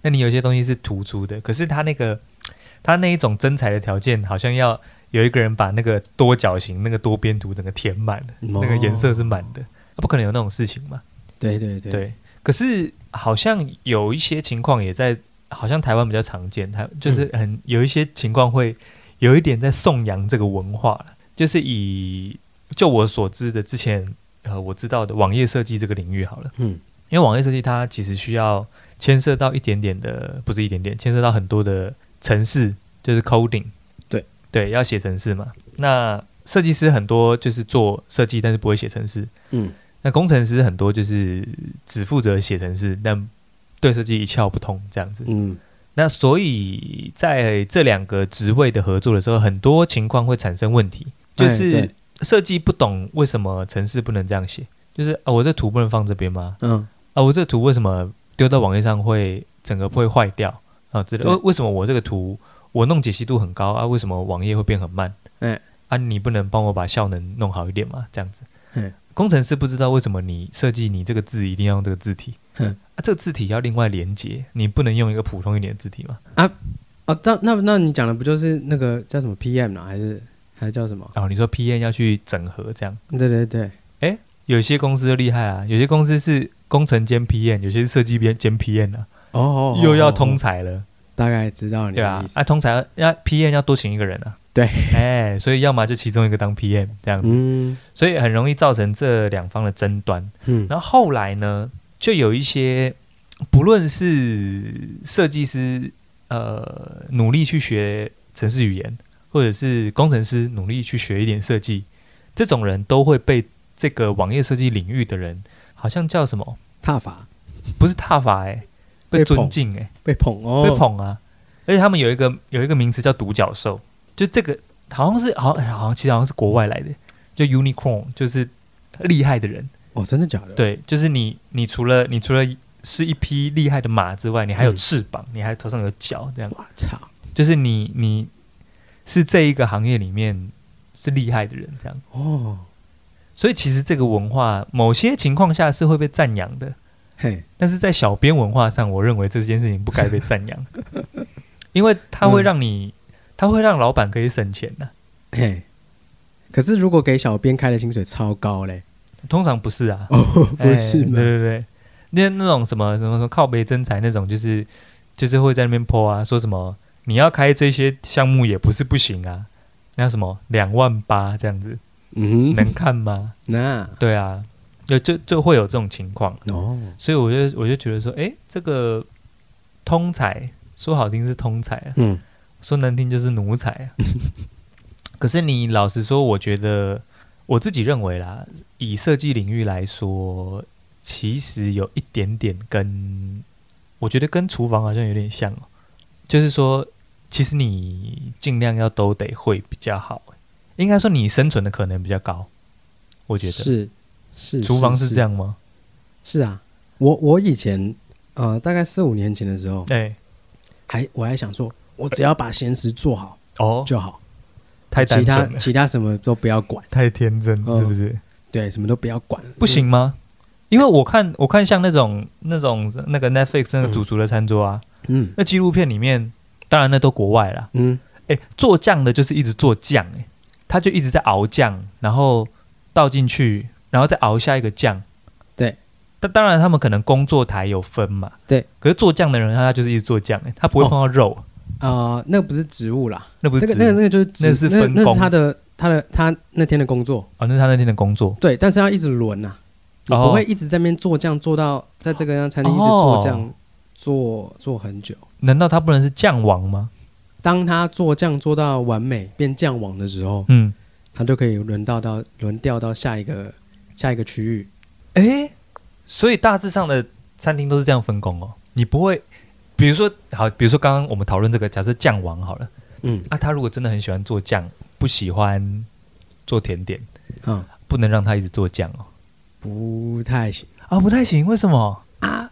[SPEAKER 2] 那你有些东西是突出的。可是他那个他那一种真才的条件，好像要有一个人把那个多角形、那个多边图整个填满了，
[SPEAKER 1] 哦
[SPEAKER 2] 那个颜色是满的，啊不可能有那种事情嘛。
[SPEAKER 1] 对对对，
[SPEAKER 2] 对，可是好像有一些情况也在，好像台湾比较常见，台就是
[SPEAKER 1] 嗯
[SPEAKER 2] 很、有一些情况会有一点在颂扬这个文化了就是以就我所知的之前呃我知道的网页设计这个领域好了，
[SPEAKER 1] 嗯
[SPEAKER 2] 因为网页设计它其实需要牵涉到一点点的，不是一点点，牵涉到很多的程式，就是 coding。
[SPEAKER 1] 对
[SPEAKER 2] 对，要写程式嘛。那设计师很多就是做设计，但是不会写程式。
[SPEAKER 1] 嗯，
[SPEAKER 2] 那工程师很多就是只负责写程式，但对设计一窍不通这样子。
[SPEAKER 1] 嗯
[SPEAKER 2] 那所以在这两个职位的合作的时候，很多情况会产生问题，就
[SPEAKER 1] 哎
[SPEAKER 2] 是
[SPEAKER 1] 对
[SPEAKER 2] 设计不懂为什么程式不能这样写，就是啊，我这图不能放这边吗？
[SPEAKER 1] 嗯
[SPEAKER 2] 啊，我这个图为什么丢到网页上会整个会坏掉啊？之类的，
[SPEAKER 1] 嗯对
[SPEAKER 2] 为为什么我这个图我弄解析度很高啊？为什么网页会变很慢？
[SPEAKER 1] 哎
[SPEAKER 2] 啊，你不能帮我把效能弄好一点吗？这样子
[SPEAKER 1] 嗯，
[SPEAKER 2] 工程师不知道为什么你设计你这个字一定要用这个字体，
[SPEAKER 1] 嗯
[SPEAKER 2] 啊，这个字体要另外连接，你不能用一个普通一点的字体吗？
[SPEAKER 1] 哦，那那那你讲的不就是那个叫什么 PM 啊，还是还叫什么？
[SPEAKER 2] 然后你说 PN 要去整合这样，
[SPEAKER 1] 对对对，
[SPEAKER 2] 有些公司就厉害啊，有些公司是工程兼 PN，有些是设计兼兼 PN 啊，
[SPEAKER 1] 哦哦，哦
[SPEAKER 2] 又要
[SPEAKER 1] 哦
[SPEAKER 2] 通
[SPEAKER 1] 哦
[SPEAKER 2] 才了。
[SPEAKER 1] 大概知道你
[SPEAKER 2] 对
[SPEAKER 1] 的
[SPEAKER 2] 啊
[SPEAKER 1] 意，思，
[SPEAKER 2] 啊，通常要 PM 要多请一个人啊。
[SPEAKER 1] 对，
[SPEAKER 2] 哎，所以要么就其中一个当 PM 这样子，
[SPEAKER 1] 嗯
[SPEAKER 2] 所以很容易造成这两方的争端。
[SPEAKER 1] 嗯
[SPEAKER 2] 然后后来呢，就有一些不论是设计师呃努力去学程式语言，或者是工程师努力去学一点设计，这种人都会被这个网页设计领域的人，好像叫什么？
[SPEAKER 1] 踏法
[SPEAKER 2] 不是踏法哎、被
[SPEAKER 1] 被
[SPEAKER 2] 尊
[SPEAKER 1] 捧
[SPEAKER 2] 敬哎、
[SPEAKER 1] 被捧哦，
[SPEAKER 2] 被捧啊。而且他们有一个有一个名词叫独角兽，就这个好像是好像好像其实好像是国外来的，就 unicorn 就是厉害的人。
[SPEAKER 1] 哦，真的假的？，
[SPEAKER 2] 对，就是你你除了你除了是一匹厉害的马之外，你还有
[SPEAKER 1] 嗯
[SPEAKER 2] 翅膀，你还头上有角，这样
[SPEAKER 1] 我操，
[SPEAKER 2] 就是你你是这一个行业里面是厉害的人这样。
[SPEAKER 1] 哦，
[SPEAKER 2] 所以其实这个文化某些情况下是会被赞扬的，
[SPEAKER 1] 嘿，
[SPEAKER 2] 但是在小编文化上，我认为这件事情不该被 赞扬，因为它会让
[SPEAKER 1] 嗯
[SPEAKER 2] 你，它会让老板可以省钱啊呐、
[SPEAKER 1] 嘿。可是如果给小编开的薪水超高嘞，
[SPEAKER 2] 通常不是啊，
[SPEAKER 1] 哦， 不是
[SPEAKER 2] 哎对
[SPEAKER 1] 吗？
[SPEAKER 2] 对对，那那种什么什么什么靠北真才那种，就是就是会在那边泼啊，说什么你要开这些项目也不是不行啊，那什么两万八这样子
[SPEAKER 1] 嗯哼，
[SPEAKER 2] 能看吗？
[SPEAKER 1] 那
[SPEAKER 2] 对啊，就就就会有这种情况，
[SPEAKER 1] 哦，
[SPEAKER 2] 所以我就我就觉得说，哎，这个通才说好听是通才啊，
[SPEAKER 1] 嗯
[SPEAKER 2] 说难听就是奴才 啊。可是你老实说，我觉得我自己认为啦，以设计领域来说，其实有一点点跟我觉得跟厨房好像有点像哦，就是说，其实你尽量要都得会比较好，欸应该说你生存的可能比较高。我觉得
[SPEAKER 1] 是是，
[SPEAKER 2] 厨房是这样吗？
[SPEAKER 1] 是啊，我我以前呃，大概四五年前的时候，
[SPEAKER 2] 哎、
[SPEAKER 1] 还我还想说，我只要把闲食做好
[SPEAKER 2] 哦，
[SPEAKER 1] 就好，
[SPEAKER 2] 太单
[SPEAKER 1] 其他
[SPEAKER 2] 纯了，
[SPEAKER 1] 其他什么都不要管，
[SPEAKER 2] 太天真，
[SPEAKER 1] 嗯
[SPEAKER 2] 是不是？
[SPEAKER 1] 对，什么都不要管，
[SPEAKER 2] 不行
[SPEAKER 1] 嗯
[SPEAKER 2] 吗？因为我看我看像那种那种那个 Netflix 那个主厨的餐桌啊，
[SPEAKER 1] 嗯，
[SPEAKER 2] 那纪录片里面，当然那都国外啦。
[SPEAKER 1] 嗯
[SPEAKER 2] 诶，做酱的就是一直做酱，诶，他就一直在熬酱，然后倒进去，然后再熬下一个酱。
[SPEAKER 1] 对，
[SPEAKER 2] 但当然他们可能工作台有分嘛。
[SPEAKER 1] 对，
[SPEAKER 2] 可是做酱的人他就是一直做酱，诶，他不会
[SPEAKER 1] 哦
[SPEAKER 2] 碰到肉，
[SPEAKER 1] 嗯啊，那个不是职务啦，
[SPEAKER 2] 那不
[SPEAKER 1] 那
[SPEAKER 2] 是
[SPEAKER 1] 个
[SPEAKER 2] 职
[SPEAKER 1] 那个那个就是职
[SPEAKER 2] 那是分
[SPEAKER 1] 那
[SPEAKER 2] 工
[SPEAKER 1] 是他的他的他那天的工作，
[SPEAKER 2] 哦，那是他那天的工作。
[SPEAKER 1] 对，但是要一直轮呐、你
[SPEAKER 2] 哦
[SPEAKER 1] 不会一直在那边做酱做到在这个餐厅一直做酱、做做很久。
[SPEAKER 2] 难道他不能是酱王吗？
[SPEAKER 1] 当他做酱做到完美变酱王的时候，
[SPEAKER 2] 嗯，
[SPEAKER 1] 他就可以轮到到轮调到下一个下一个区域。
[SPEAKER 2] 诶，所以大致上的餐厅都是这样分工哦。你不会，比如说好，比如说刚刚我们讨论这个，假设酱王好了。
[SPEAKER 1] 嗯
[SPEAKER 2] 啊，他如果真的很喜欢做酱，不喜欢做甜点，
[SPEAKER 1] 啊、
[SPEAKER 2] 不能让他一直做酱哦。
[SPEAKER 1] 不太行
[SPEAKER 2] 啊，不太行，为什么？
[SPEAKER 1] 啊！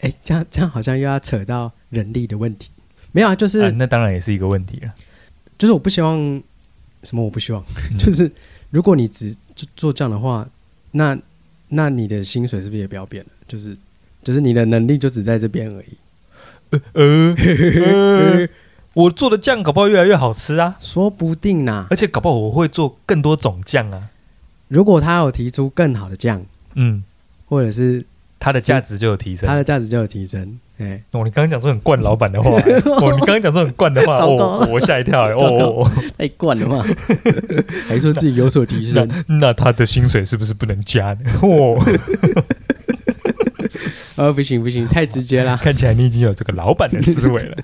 [SPEAKER 1] 哎，这样这样好像又要扯到人力的问题。没有啊，就是、
[SPEAKER 2] 啊，那当然也是一个问题了。
[SPEAKER 1] 就是我不希望什么，我不希望，
[SPEAKER 2] 嗯
[SPEAKER 1] 就是如果你只做做这样的话，那那你的薪水是不是也不要变了？就是就是你的能力就只在这边而已。
[SPEAKER 2] 呃， 呃我做的酱搞不好越来越好吃啊，
[SPEAKER 1] 说不定呐、
[SPEAKER 2] 而且搞不好我会做更多种酱啊。
[SPEAKER 1] 如果他有提出更好的酱，
[SPEAKER 2] 嗯，
[SPEAKER 1] 或者是
[SPEAKER 2] 它的价值就有提升。
[SPEAKER 1] 它的价值就有提升。哎、
[SPEAKER 2] 哦，你刚刚讲说很惯老板的 话、欸，哦，你刚刚讲说很惯的话，
[SPEAKER 1] 糟糕
[SPEAKER 2] 哦，我吓一跳、欸，
[SPEAKER 1] 糟糕
[SPEAKER 2] 哦，哦哦
[SPEAKER 1] 太惯了嘛， 还说自己有所提
[SPEAKER 2] 那
[SPEAKER 1] 升，
[SPEAKER 2] 那他的薪水是不是不能加呢？ 哦，
[SPEAKER 1] 呃，不行不行，太直接 啦，
[SPEAKER 2] 看起来你已经有这个老板的 思维了。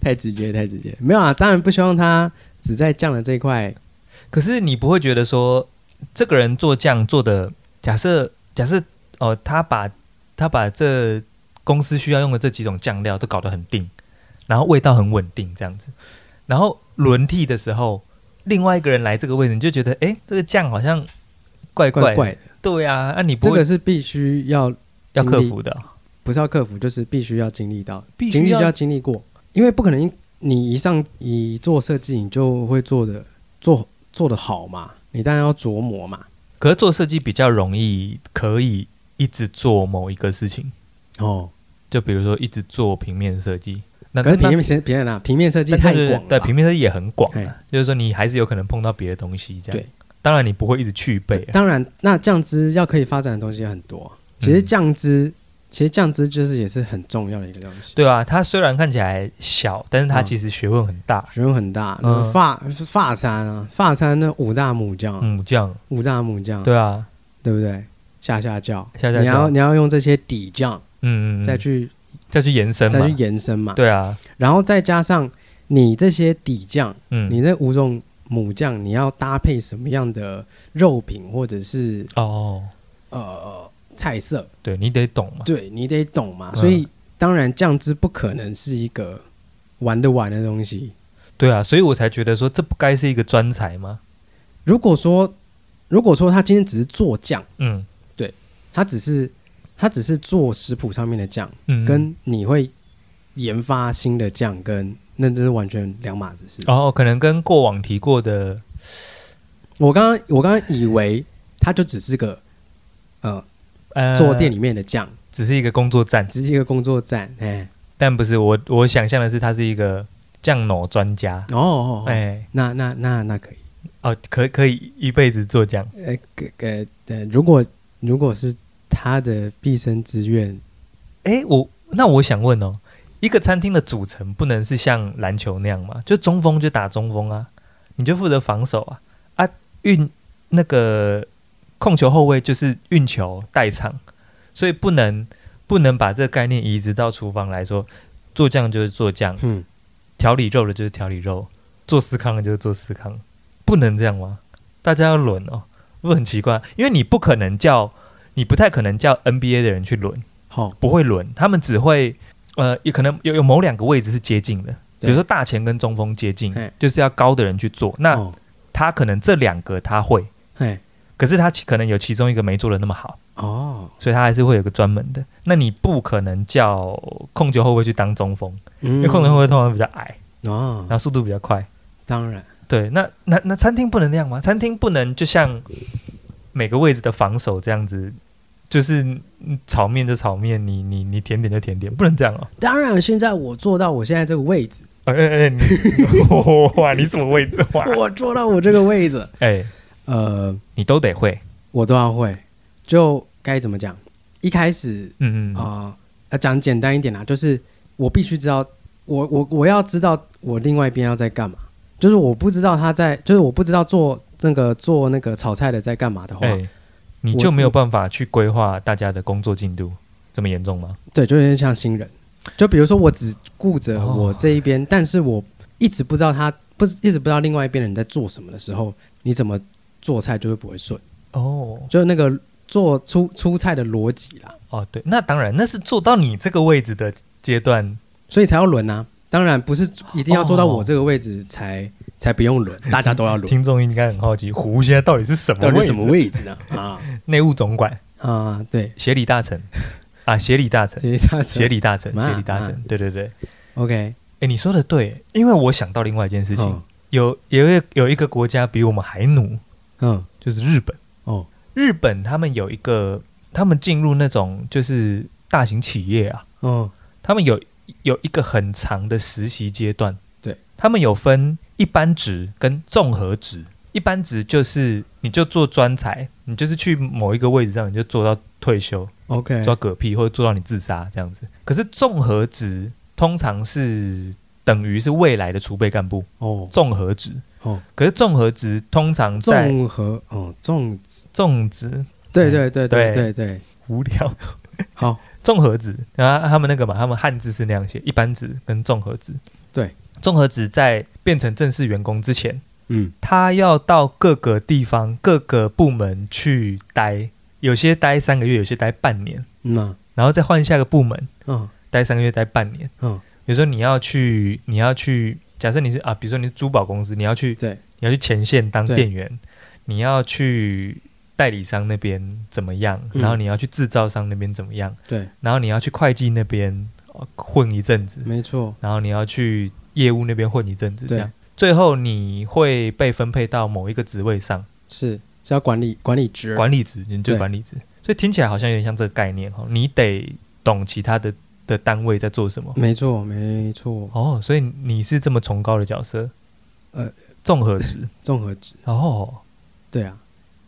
[SPEAKER 1] 太直接太直接。没有啊，当然不希望他只在酱的这一块。
[SPEAKER 2] 可是你不会觉得说，这个人做酱做的，假设假设哦、呃他把他把这公司需要用的这几种酱料都搞得很定，然后味道很稳定这样子，然后轮替的时候，另外一个人来这个位置，你就觉得诶，这个酱好像怪怪
[SPEAKER 1] 怪
[SPEAKER 2] 的
[SPEAKER 1] 怪的，
[SPEAKER 2] 对啊，那、你不
[SPEAKER 1] 这
[SPEAKER 2] 会
[SPEAKER 1] 个是必须要
[SPEAKER 2] 要克
[SPEAKER 1] 经历
[SPEAKER 2] 服的哦、
[SPEAKER 1] 不是要克服，就是必须要经历到，
[SPEAKER 2] 必
[SPEAKER 1] 经
[SPEAKER 2] 须
[SPEAKER 1] 历就
[SPEAKER 2] 要
[SPEAKER 1] 要经历过，因为不可能你一上你做设计你就会做的做做的好嘛，你当然要琢磨嘛。
[SPEAKER 2] 可是做设计比较容易，可以一直做某一个事情，
[SPEAKER 1] 哦，
[SPEAKER 2] 就比如说一直做平面设计。那
[SPEAKER 1] 可是
[SPEAKER 2] 那
[SPEAKER 1] 平面设平面啊，平面设计
[SPEAKER 2] 但
[SPEAKER 1] 太
[SPEAKER 2] 对
[SPEAKER 1] 广了吧，
[SPEAKER 2] 对，平面设计也很广
[SPEAKER 1] 嘿
[SPEAKER 2] 啊，就是说你还是有可能碰到别的东西这样。
[SPEAKER 1] 对，
[SPEAKER 2] 当然你不会一直去背啊、嗯
[SPEAKER 1] 当然，那酱汁要可以发展的东西很多。其实酱汁，其实酱汁就是也是很重要的一个东西，
[SPEAKER 2] 对啊，它虽然看起来小，但是它
[SPEAKER 1] 嗯
[SPEAKER 2] 其实学问很大。
[SPEAKER 1] 学问很大。
[SPEAKER 2] 嗯
[SPEAKER 1] 嗯、发发餐啊，发餐那五大母酱，
[SPEAKER 2] 嗯，这样
[SPEAKER 1] 五大母酱，
[SPEAKER 2] 对啊，
[SPEAKER 1] 对不对？下下酱，
[SPEAKER 2] 下下
[SPEAKER 1] 你要
[SPEAKER 2] 酱
[SPEAKER 1] 你要用这些底酱
[SPEAKER 2] 嗯嗯，嗯
[SPEAKER 1] 再去、
[SPEAKER 2] 再去延伸嘛
[SPEAKER 1] 再，去延伸嘛。
[SPEAKER 2] 对啊，
[SPEAKER 1] 然后再加上你这些底酱，
[SPEAKER 2] 嗯，
[SPEAKER 1] 你那五种母酱，你要搭配什么样的肉品或者是
[SPEAKER 2] 哦，
[SPEAKER 1] 呃菜色，
[SPEAKER 2] 对你得懂嘛，
[SPEAKER 1] 对你得懂嘛。
[SPEAKER 2] 嗯
[SPEAKER 1] 所以当然酱汁不可能是一个玩得完的东西。
[SPEAKER 2] 对啊，所以我才觉得说这不该是一个专才吗？
[SPEAKER 1] 如果说如果说他今天只是做酱，
[SPEAKER 2] 嗯
[SPEAKER 1] 他只是他只是做食谱上面的酱，
[SPEAKER 2] 嗯，嗯
[SPEAKER 1] 跟你会研发新的酱，跟那那是完全两码子事。
[SPEAKER 2] 哦，可能跟过往提过的
[SPEAKER 1] 我刚刚我刚刚以为他就只是个呃
[SPEAKER 2] 呃
[SPEAKER 1] 做店里面的酱，
[SPEAKER 2] 只是一个工作站，
[SPEAKER 1] 只是一个工作站，哎、
[SPEAKER 2] 但不是我我想象的是他是一个酱脑专家，
[SPEAKER 1] 哦哦，哦
[SPEAKER 2] 哎、
[SPEAKER 1] 那那那那可以，
[SPEAKER 2] 哦，可可以一辈子做酱，
[SPEAKER 1] 呃，可呃呃，如果如果是他的毕生志愿，
[SPEAKER 2] 哎、我那我想问哦，一个餐厅的组成不能是像篮球那样嘛？就中锋就打中锋啊，你就负责防守啊啊运那个控球后卫就是运球带场，所以不能不能把这个概念移植到厨房来说，做酱就是做酱，
[SPEAKER 1] 嗯，
[SPEAKER 2] 调理肉的就是调理肉，做司康的就是做司康，不能这样吗？大家要轮哦，不很奇怪，因为你不可能叫你不太可能叫 NBA 的人去轮。
[SPEAKER 1] 好、
[SPEAKER 2] 不会轮，他们只会呃，也可能有有某两个位置是接近的，比
[SPEAKER 1] 对
[SPEAKER 2] 如说大前跟中锋接近
[SPEAKER 1] 嘿，
[SPEAKER 2] 就是要高的人去做。那
[SPEAKER 1] 哦，
[SPEAKER 2] 他可能这两个他会，
[SPEAKER 1] 哎，
[SPEAKER 2] 可是他其可能有其中一个没做的那么好，
[SPEAKER 1] 哦，
[SPEAKER 2] 所以他还是会有个专门的。那你不可能叫控球后卫去当中锋，
[SPEAKER 1] 嗯
[SPEAKER 2] 因为控球后卫通常比较矮，然
[SPEAKER 1] 哦，
[SPEAKER 2] 后速度比较快。
[SPEAKER 1] 当然，
[SPEAKER 2] 对，那那那餐厅不能那样吗？餐厅不能就像每个位置的防守这样子，就是嗯炒面就炒面，你你你甜点就甜点，不能这样哦。
[SPEAKER 1] 当然，现在我坐到我现在这个位置，
[SPEAKER 2] 哎哎 哎，你哇，你什么位置哇？
[SPEAKER 1] 我坐到我这个位置，
[SPEAKER 2] 哎，
[SPEAKER 1] 呃，
[SPEAKER 2] 你都得会，
[SPEAKER 1] 我都要会，就该怎么讲？一开始
[SPEAKER 2] 嗯嗯，
[SPEAKER 1] 啊、呃，讲简单一点啦，就是我必须知道，我我我要知道我另外一边要在干嘛。就是我不知道他在，就是我不知道做那个做那个炒菜的在干嘛的话，
[SPEAKER 2] 哎，你就没有办法去规划大家的工作进度，这么严重吗？
[SPEAKER 1] 对，就有点像新人。就比如说我只顾着
[SPEAKER 2] 哦
[SPEAKER 1] 我这一边，但是我一直不知道他不一直不知道另外一边的人在做什么的时候，你怎么做菜就会不会顺，
[SPEAKER 2] 哦
[SPEAKER 1] 就是那个做出出菜的逻辑啦，
[SPEAKER 2] 哦，对，那当然，那是做到你这个位置的阶段，
[SPEAKER 1] 所以才要轮啊。当然不是一定要做
[SPEAKER 2] 哦
[SPEAKER 1] 到我这个位置才、才不用轮，大家都要轮。
[SPEAKER 2] 听众应该很好奇，胡现在到底是什么
[SPEAKER 1] 到底
[SPEAKER 2] 位
[SPEAKER 1] 是
[SPEAKER 2] 置？
[SPEAKER 1] 什么啊位置 呢？啊
[SPEAKER 2] 内务总管、
[SPEAKER 1] 啊，对，
[SPEAKER 2] 协理大 臣啊，协理大臣、
[SPEAKER 1] 所以他
[SPEAKER 2] 协理大臣、
[SPEAKER 1] 嘛
[SPEAKER 2] 协理大臣
[SPEAKER 1] 嘛，
[SPEAKER 2] 对对对。
[SPEAKER 1] OK，
[SPEAKER 2] 哎，你说的对，因为我想到另外一件事情
[SPEAKER 1] 嗯，
[SPEAKER 2] 有有一个有一个国家比我们还努，
[SPEAKER 1] 嗯
[SPEAKER 2] 就是日本。
[SPEAKER 1] 哦
[SPEAKER 2] 日本他们有一个，他们进入那种就是大型企业啊，
[SPEAKER 1] 哦
[SPEAKER 2] 他们有有一个很长的实习阶段。
[SPEAKER 1] 对，
[SPEAKER 2] 他们有分一般职跟综合职。一般职就是你就做专才，你就是去某一个位置上你就做到退休，
[SPEAKER 1] ，OK，
[SPEAKER 2] 做到嗝屁或者做到你自杀这样子。可是综合职通常是等于是未来的储备干部，
[SPEAKER 1] 哦
[SPEAKER 2] 综合职。
[SPEAKER 1] 哦，
[SPEAKER 2] 可是综合职通常在
[SPEAKER 1] 综合哦综，
[SPEAKER 2] 种植
[SPEAKER 1] 对对对对
[SPEAKER 2] 对
[SPEAKER 1] 对对，
[SPEAKER 2] 无聊。
[SPEAKER 1] 好，
[SPEAKER 2] 综合值，然后他们那个嘛，他们汉字是那样写，一般值跟综合值。
[SPEAKER 1] 对，
[SPEAKER 2] 综合值在变成正式员工之前，
[SPEAKER 1] 嗯
[SPEAKER 2] 他要到各个地方、各个部门去待，有些待三个月，有些待半年，
[SPEAKER 1] 嗯啊
[SPEAKER 2] 然后再换下个部门，
[SPEAKER 1] 嗯
[SPEAKER 2] 待三个月，待半年。
[SPEAKER 1] 嗯，
[SPEAKER 2] 比如说你要去，你要去，假设你是啊，比如说你是珠宝公司，你要去，
[SPEAKER 1] 对，
[SPEAKER 2] 你要去前线当
[SPEAKER 1] 对
[SPEAKER 2] 店员，你要去代理商那边怎么样，
[SPEAKER 1] 嗯
[SPEAKER 2] 然后你要去制造商那边怎么样。
[SPEAKER 1] 对，
[SPEAKER 2] 然后你要去会计那边呃混一阵子，
[SPEAKER 1] 没错，
[SPEAKER 2] 然后你要去业务那边混一阵子，这
[SPEAKER 1] 对
[SPEAKER 2] 样最后你会被分配到某一个职位上，
[SPEAKER 1] 是是要管理管理职，
[SPEAKER 2] 管理职，你就
[SPEAKER 1] 嗯对
[SPEAKER 2] 管理职。所以听起来好像有点像这个概念哦，你得懂其他的的单位在做什么
[SPEAKER 1] 没错没错，
[SPEAKER 2] 哦，所以你是这么崇高的角色，
[SPEAKER 1] 呃，
[SPEAKER 2] 综合 职
[SPEAKER 1] 综合职，
[SPEAKER 2] 哦，
[SPEAKER 1] 对啊，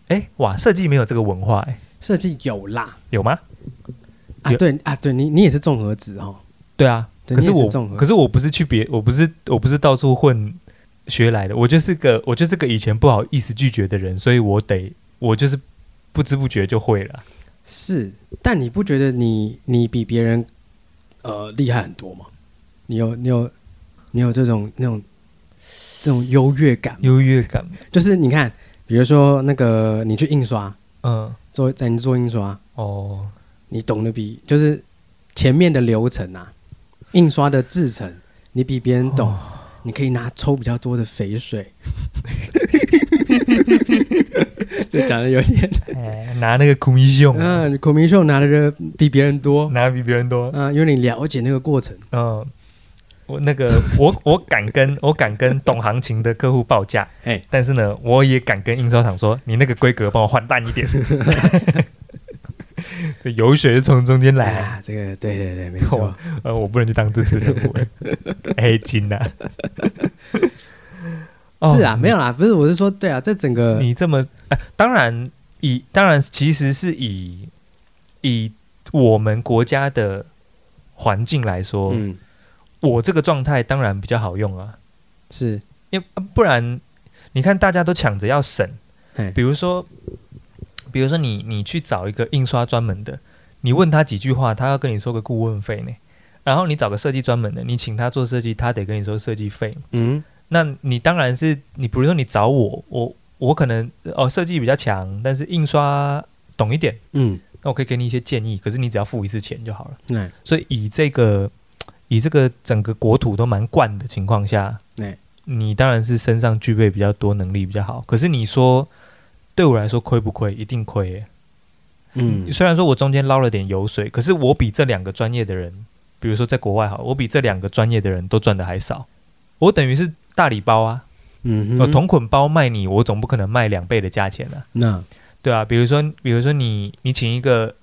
[SPEAKER 2] 哎哇，设计没有这个文化哎，
[SPEAKER 1] 设计有啦
[SPEAKER 2] 有吗？
[SPEAKER 1] 啊，
[SPEAKER 2] 有
[SPEAKER 1] 对啊，对你你也是综合职哦，
[SPEAKER 2] 对啊，
[SPEAKER 1] 对
[SPEAKER 2] 可是
[SPEAKER 1] 你也是
[SPEAKER 2] 我
[SPEAKER 1] 综合
[SPEAKER 2] 可是我不是去别，我不是我不是到处混学来的，我就是个我就是个以前不好意思拒绝的人，所以我得我就是不知不觉就会了。
[SPEAKER 1] 是，但你不觉得你你比别人呃厉害很多吗？你有你有你有这种那种这种优越感吗，
[SPEAKER 2] 优越感，
[SPEAKER 1] 就是你看，比如说那个你去印刷
[SPEAKER 2] 嗯，
[SPEAKER 1] 做，在你做印刷，
[SPEAKER 2] 哦，
[SPEAKER 1] 你懂得比就是前面的流程啊，印刷的制成，你比别人懂， 你可以拿抽比较多的肥水。这讲的有点，
[SPEAKER 2] 哎拿那个苦米胸，
[SPEAKER 1] 嗯、孔明秀拿的比别人多，
[SPEAKER 2] 拿得比别人多，
[SPEAKER 1] 嗯、因为你了解那个过程，
[SPEAKER 2] 嗯。我那个， 我我敢跟我敢跟懂行情的客户报价，
[SPEAKER 1] 哎
[SPEAKER 2] 但是呢， 我也敢跟印刷厂说，你那个规格帮我换淡一点。这油水就从中间来、啊。
[SPEAKER 1] 啊，这个对对对，没
[SPEAKER 2] 我
[SPEAKER 1] 错，
[SPEAKER 2] 呃，我不能去当政治人物， 哎黑金呐、哦
[SPEAKER 1] 是啊，没有啦，不是，我是说，对啊，这整个
[SPEAKER 2] 嗯你这么，哎、当然以当然其实是以以我们国家的环境来说，
[SPEAKER 1] 嗯
[SPEAKER 2] 我这个状态当然比较好用啊，
[SPEAKER 1] 是
[SPEAKER 2] 因为呃不然你看大家都抢着要省
[SPEAKER 1] 嘿，
[SPEAKER 2] 比如说比如说你你去找一个印刷专门的，你问他几句话，他要跟你收个顾问费呢。然后你找个设计专门的，你请他做设计，他得跟你收设计费嘛
[SPEAKER 1] 嗯
[SPEAKER 2] 那你当然是你，比如说你找我，我我可能哦设计比较强，但是印刷懂一点，
[SPEAKER 1] 嗯，
[SPEAKER 2] 那我可以给你一些建议，可是你只要付一次钱就好了。
[SPEAKER 1] 对，
[SPEAKER 2] 所以以这个以这个整个国土都蛮惯的情况下，
[SPEAKER 1] 哎
[SPEAKER 2] 你当然是身上具备比较多能力比较好。可是你说对我来说亏不亏？一定亏耶、
[SPEAKER 1] 嗯
[SPEAKER 2] 虽然说我中间捞了点油水，可是我比这两个专业的人，比如说在国外好了，我比这两个专业的人都赚的还少，我等于是大礼包啊。
[SPEAKER 1] 嗯
[SPEAKER 2] 呃，
[SPEAKER 1] 哼，
[SPEAKER 2] 同捆包卖你，我总不可能卖两倍的价钱啊，
[SPEAKER 1] 那
[SPEAKER 2] 对啊，比如说，比如说你你请一个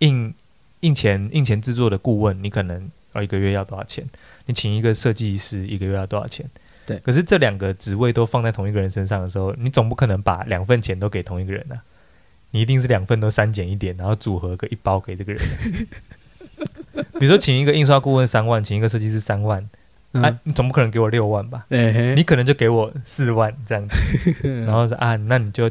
[SPEAKER 2] 印印钱印钱制作的顾问，你可能呃一个月要多少钱？你请一个设计师一个月要多少钱？
[SPEAKER 1] 对
[SPEAKER 2] 可是这两个职位都放在同一个人身上的时候，你总不可能把两份钱都给同一个人啊，你一定是两份都删减一点，然后组合个一包给这个人啊、 比如说，请一个印刷顾问三万，请一个设计师三万，
[SPEAKER 1] 嗯
[SPEAKER 2] 啊，你总不可能给我六万吧？
[SPEAKER 1] 哎嘿
[SPEAKER 2] 你可能就给我四万这样子，
[SPEAKER 1] 嗯
[SPEAKER 2] 然后说啊，那你就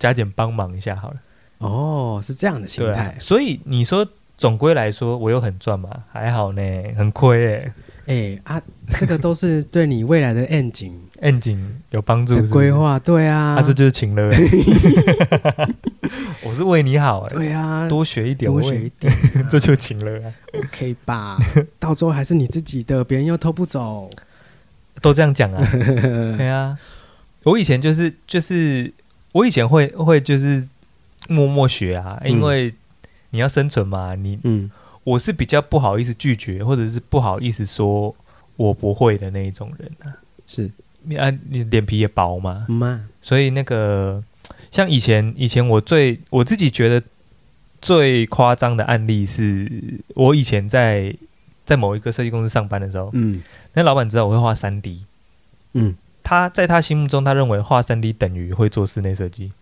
[SPEAKER 2] 加减帮忙一下好了。
[SPEAKER 1] 哦，是这样的心
[SPEAKER 2] 对啊
[SPEAKER 1] 态，，
[SPEAKER 2] 所以你说总归来说，我有很赚嘛，还好呢，很亏哎、
[SPEAKER 1] 哎啊，这个都是对你未来的愿景
[SPEAKER 2] n 景有帮助
[SPEAKER 1] 的
[SPEAKER 2] 是不 是
[SPEAKER 1] 规，划，对啊，
[SPEAKER 2] 啊，这就是 情了、我是为你好哎、
[SPEAKER 1] 对啊，
[SPEAKER 2] 多学一点，
[SPEAKER 1] 多
[SPEAKER 2] 我
[SPEAKER 1] 学
[SPEAKER 2] 也
[SPEAKER 1] 一点
[SPEAKER 2] 这就情了、
[SPEAKER 1] ，OK 吧？ 到最后还是你自己的，别人又偷不走。
[SPEAKER 2] 都这样讲啊， 对啊，我以前就是就是我以前会会就是默默学啊，
[SPEAKER 1] 嗯
[SPEAKER 2] 因为你要生存嘛，你
[SPEAKER 1] 嗯
[SPEAKER 2] 我是比较不好意思拒绝，或者是不好意思说我不会的那一种人啊。，
[SPEAKER 1] 是
[SPEAKER 2] 你啊，你脸皮也薄嘛，
[SPEAKER 1] 嘛，
[SPEAKER 2] 所以那个像以前以前我最我自己觉得最夸张的案例是，我以前在在某一个设计公司上班的时候，
[SPEAKER 1] 嗯
[SPEAKER 2] 那老板知道我会画三 D，
[SPEAKER 1] 嗯，
[SPEAKER 2] 他在他心目中他认为画三 D 等于会做室内设计，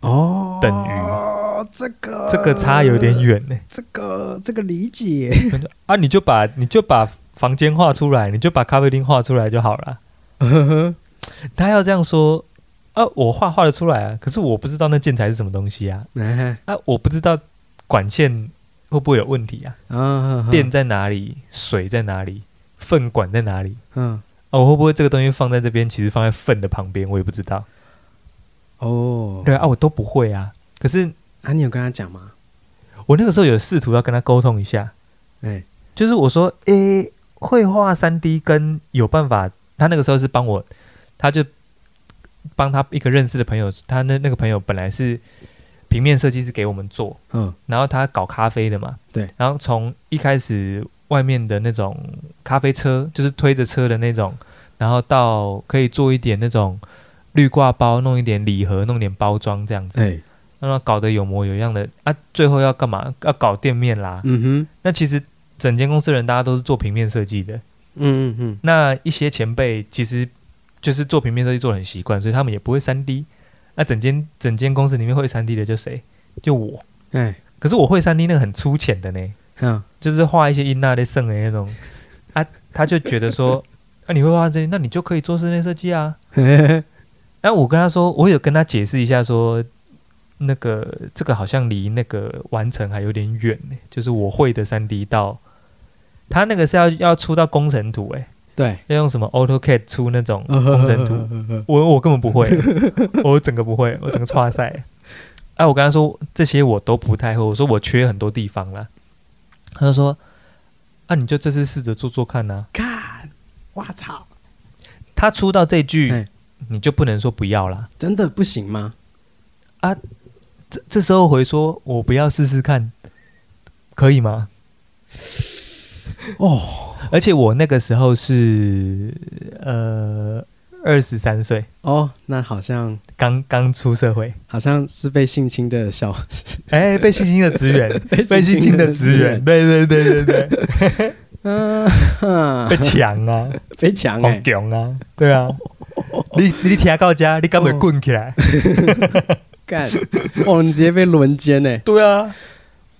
[SPEAKER 1] 哦，
[SPEAKER 2] 等于
[SPEAKER 1] 于哦这个
[SPEAKER 2] 嗯这个差有点，远呢、
[SPEAKER 1] 这个这个理解，
[SPEAKER 2] 啊，你就把你就把房间画出来，你就把咖啡厅画出来就好了。他要这样说，啊，我画画得出来啊，可是我不知道那建材是什么东西啊，
[SPEAKER 1] 哎
[SPEAKER 2] 啊，我不知道管线会不会有问题啊，
[SPEAKER 1] 啊，
[SPEAKER 2] 电在哪里，水在哪里，粪管在哪里
[SPEAKER 1] 嗯
[SPEAKER 2] 啊，我会不会这个东西放在这边，其实放在粪的旁边，我也不知道。
[SPEAKER 1] 哦，
[SPEAKER 2] 对啊，我都不会啊。可是
[SPEAKER 1] 啊，你有跟他讲吗？
[SPEAKER 2] 我那个时候有试图要跟他沟通一下，
[SPEAKER 1] 哎，
[SPEAKER 2] 就是我说，诶、绘画三 D 跟有办法，他那个时候是帮我，他就帮他一个认识的朋友，他那那个朋友本来是平面设计师给我们做，
[SPEAKER 1] 嗯
[SPEAKER 2] 然后他搞咖啡的嘛，
[SPEAKER 1] 对，
[SPEAKER 2] 然后从一开始外面的那种咖啡车，就是推着车的那种，然后到可以做一点那种绿挂包，弄一点礼盒，弄点包装这样子，
[SPEAKER 1] 哎，
[SPEAKER 2] 让他搞得有模有样的啊，最后要干嘛？要搞店面啦，
[SPEAKER 1] 嗯哼，
[SPEAKER 2] 那其实整间公司的人大家都是做平面设计的，
[SPEAKER 1] 嗯嗯嗯，
[SPEAKER 2] 那一些前辈其实就是做平面设计做的很习惯，所以他们也不会三 D。那整间整间公司里面会三 D 的就谁？就我。
[SPEAKER 1] 哎，
[SPEAKER 2] 可是我会三 D 那个很粗浅的呢，
[SPEAKER 1] 嗯
[SPEAKER 2] 就是画一些音呐的剩的那种。啊，他就觉得说，啊你会画这些，那你就可以做室内设计啊。
[SPEAKER 1] 嗯
[SPEAKER 2] 那我跟他说，我有跟他解释一下说，那个这个好像离那个完成还有点远呢，就是我会的三 D 到他那个是要要出到工程图，哎，
[SPEAKER 1] 对，
[SPEAKER 2] 要用什么 AutoCAD 出那种
[SPEAKER 1] 工
[SPEAKER 2] 工 程图，
[SPEAKER 1] 图，
[SPEAKER 2] 我我根本不会，我整个不会，我整个差赛。哎、我跟他说这些我都不太会，我说我缺很多地方啦。他就说，啊，你就这次试着做做看呐、啊
[SPEAKER 1] 看，我操，
[SPEAKER 2] 他出到这句
[SPEAKER 1] 哎，
[SPEAKER 2] 你就不能说不要啦。
[SPEAKER 1] 真的不行吗？
[SPEAKER 2] 这这时候回说，我不要试试看，可以吗？
[SPEAKER 1] 哦，
[SPEAKER 2] 而且我那个时候是呃二十三岁，
[SPEAKER 1] 哦，那好像
[SPEAKER 2] 刚刚出社会，
[SPEAKER 1] 好像是被性侵的小，
[SPEAKER 2] 哎，被性侵的职员， 被性侵的职员， 对对对对对，
[SPEAKER 1] 嗯，哈
[SPEAKER 2] 被抢 啊，
[SPEAKER 1] 被抢哎
[SPEAKER 2] 好，强啊，对啊，你 你听到家，你敢不敢滚起来？
[SPEAKER 1] 干，哦，你直接被轮奸哎，
[SPEAKER 2] 对啊，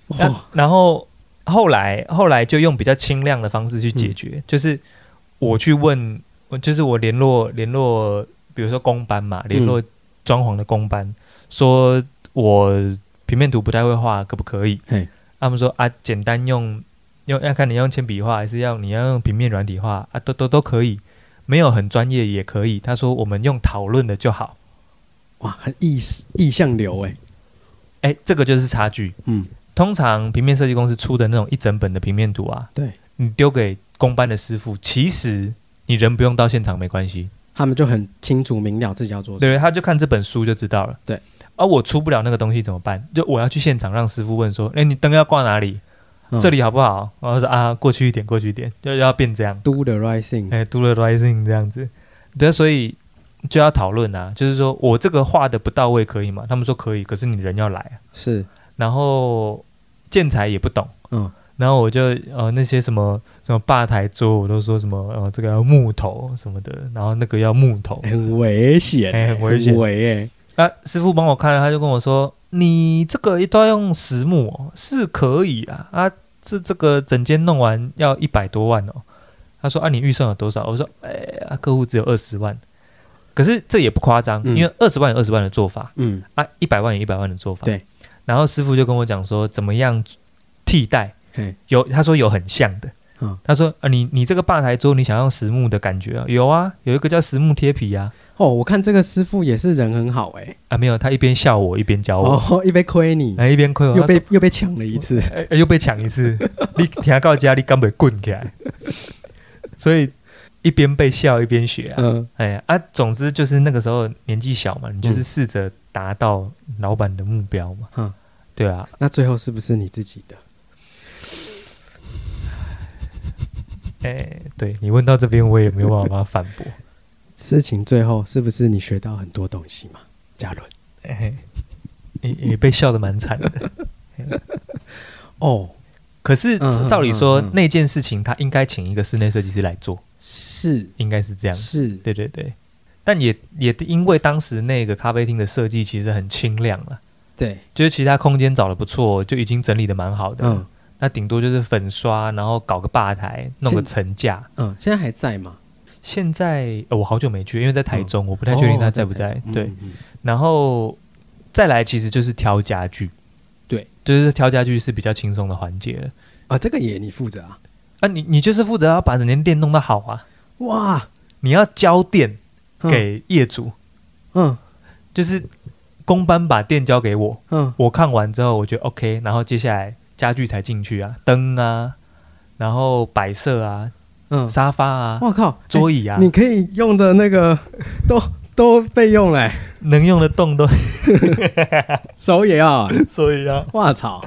[SPEAKER 1] 哇，
[SPEAKER 2] 然后后来后来就用比较轻量的方式去解决，
[SPEAKER 1] 嗯
[SPEAKER 2] 就是我去问，我就是我联络联络，比如说工班
[SPEAKER 1] 嗯
[SPEAKER 2] 嘛，联络装潢的工班，说我平面图不太会画，可不可以
[SPEAKER 1] 嘿？
[SPEAKER 2] 他们说啊，简单用用要看你用铅笔画还是要你要用平面软体画啊，都都都可以，没有很专业也可以。他说我们用讨论的就好，
[SPEAKER 1] 哇，很意识意向流哎，
[SPEAKER 2] 哎，这个就是差距。
[SPEAKER 1] 嗯，
[SPEAKER 2] 通常平面设计公司出的那种一整本的平面图啊，
[SPEAKER 1] 对，
[SPEAKER 2] 你丢给工班的师傅，其实你人不用到现场没关系，
[SPEAKER 1] 他们就很清楚明了自己要做什么，
[SPEAKER 2] 对，他就看这本书就知道了。
[SPEAKER 1] 对，
[SPEAKER 2] 而、我出不了那个东西怎么办？就我要去现场让师傅问说，哎、你灯要挂哪里？
[SPEAKER 1] 嗯
[SPEAKER 2] 这里好不好？然后说啊，过去一点，过去一点，就要变这样，
[SPEAKER 1] do the right thing，
[SPEAKER 2] 哎、d o the rising 这样子。对，所以就要讨论啊，就是说我这个画的不到位可以吗？他们说可以，可是你人要来啊。
[SPEAKER 1] 是，
[SPEAKER 2] 然后建材也不懂，
[SPEAKER 1] 嗯，
[SPEAKER 2] 然后我就呃那些什么什么吧台桌，我都说什么呃这个要木头什么的，然后那个要木头，
[SPEAKER 1] 很危险
[SPEAKER 2] 哎
[SPEAKER 1] 欸，
[SPEAKER 2] 很危险
[SPEAKER 1] 危哎，
[SPEAKER 2] 啊师傅帮我看了，他就跟我说你这个都要用实木哦，是可以啊啊这这个整间弄完要一百多万哦，他说啊你预算有多少？我说哎、啊客户只有二十万，可是这也不夸张，
[SPEAKER 1] 嗯
[SPEAKER 2] 因为二十万有二十万的做法，
[SPEAKER 1] 嗯，
[SPEAKER 2] 啊，一百万有一百万的做法。
[SPEAKER 1] 对。
[SPEAKER 2] 然后师傅就跟我讲说，怎么样替代
[SPEAKER 1] 嘿？
[SPEAKER 2] 有他说有很像的。
[SPEAKER 1] 嗯
[SPEAKER 2] 他说啊，你你这个吧台桌，你想要实木的感觉啊？有啊，有一个叫实木贴皮啊。
[SPEAKER 1] 哦，我看这个师傅也是人很好哎，
[SPEAKER 2] 啊，没有，他一边笑我一边教我，
[SPEAKER 1] 哦，一杯亏你，
[SPEAKER 2] 哎，一边亏我，
[SPEAKER 1] 又
[SPEAKER 2] 他说
[SPEAKER 1] 被又被抢了一次，
[SPEAKER 2] 哎哎又被抢一次，你听到家你根本滚 起来。所以一边被笑一边学啊，
[SPEAKER 1] 嗯，
[SPEAKER 2] 哎呀啊，总之就是那个时候年纪小嘛，你就是
[SPEAKER 1] 嗯
[SPEAKER 2] 试着达到老板的目标嘛。
[SPEAKER 1] 嗯
[SPEAKER 2] 对啊，
[SPEAKER 1] 那最后是不是你自己的？
[SPEAKER 2] 哎、对你问到这边，我也没有办法反驳。
[SPEAKER 1] 事情最后是不是你学到很多东西嘛？嘉伦，
[SPEAKER 2] 哎，也也被笑得蛮惨的。
[SPEAKER 1] 哦，
[SPEAKER 2] 可是
[SPEAKER 1] 嗯嗯
[SPEAKER 2] 照理说，
[SPEAKER 1] 嗯嗯
[SPEAKER 2] 那件事情他应该请一个室内设计师来做，
[SPEAKER 1] 是
[SPEAKER 2] 应该是这样。
[SPEAKER 1] 是，
[SPEAKER 2] 对对对，但也也因为当时那个咖啡厅的设计其实很清亮了，
[SPEAKER 1] 对，
[SPEAKER 2] 就是其他空间找的不错，就已经整理的蛮好的。
[SPEAKER 1] 嗯
[SPEAKER 2] 那顶多就是粉刷，然后搞个吧台，弄个
[SPEAKER 1] 现
[SPEAKER 2] 层架。
[SPEAKER 1] 嗯，现在还在吗？
[SPEAKER 2] 现在、呃我好久没去，因为在台
[SPEAKER 1] 嗯
[SPEAKER 2] 中，我不太确定
[SPEAKER 1] 哦
[SPEAKER 2] 他在不在。对，，
[SPEAKER 1] 嗯嗯
[SPEAKER 2] 然后再来其实就是挑家具，
[SPEAKER 1] 对，
[SPEAKER 2] 就是挑家具是比较轻松的环节了。
[SPEAKER 1] 啊，这个也你负责啊？
[SPEAKER 2] 啊，你你就是负责要把整间店弄得好啊，
[SPEAKER 1] 哇，
[SPEAKER 2] 你要交店
[SPEAKER 1] 嗯
[SPEAKER 2] 给业主，
[SPEAKER 1] 嗯
[SPEAKER 2] 就是工班把店交给我，
[SPEAKER 1] 嗯，
[SPEAKER 2] 我看完之后我觉得 OK，然后接下来家具才进去啊，灯啊，然后摆设啊，
[SPEAKER 1] 嗯，
[SPEAKER 2] 沙发啊，
[SPEAKER 1] 我靠，
[SPEAKER 2] 桌椅啊
[SPEAKER 1] 哎，你可以用的那个 都都被用了欸，
[SPEAKER 2] 能用的洞 都，
[SPEAKER 1] 手也要啊，
[SPEAKER 2] 所以啊，
[SPEAKER 1] 哇操，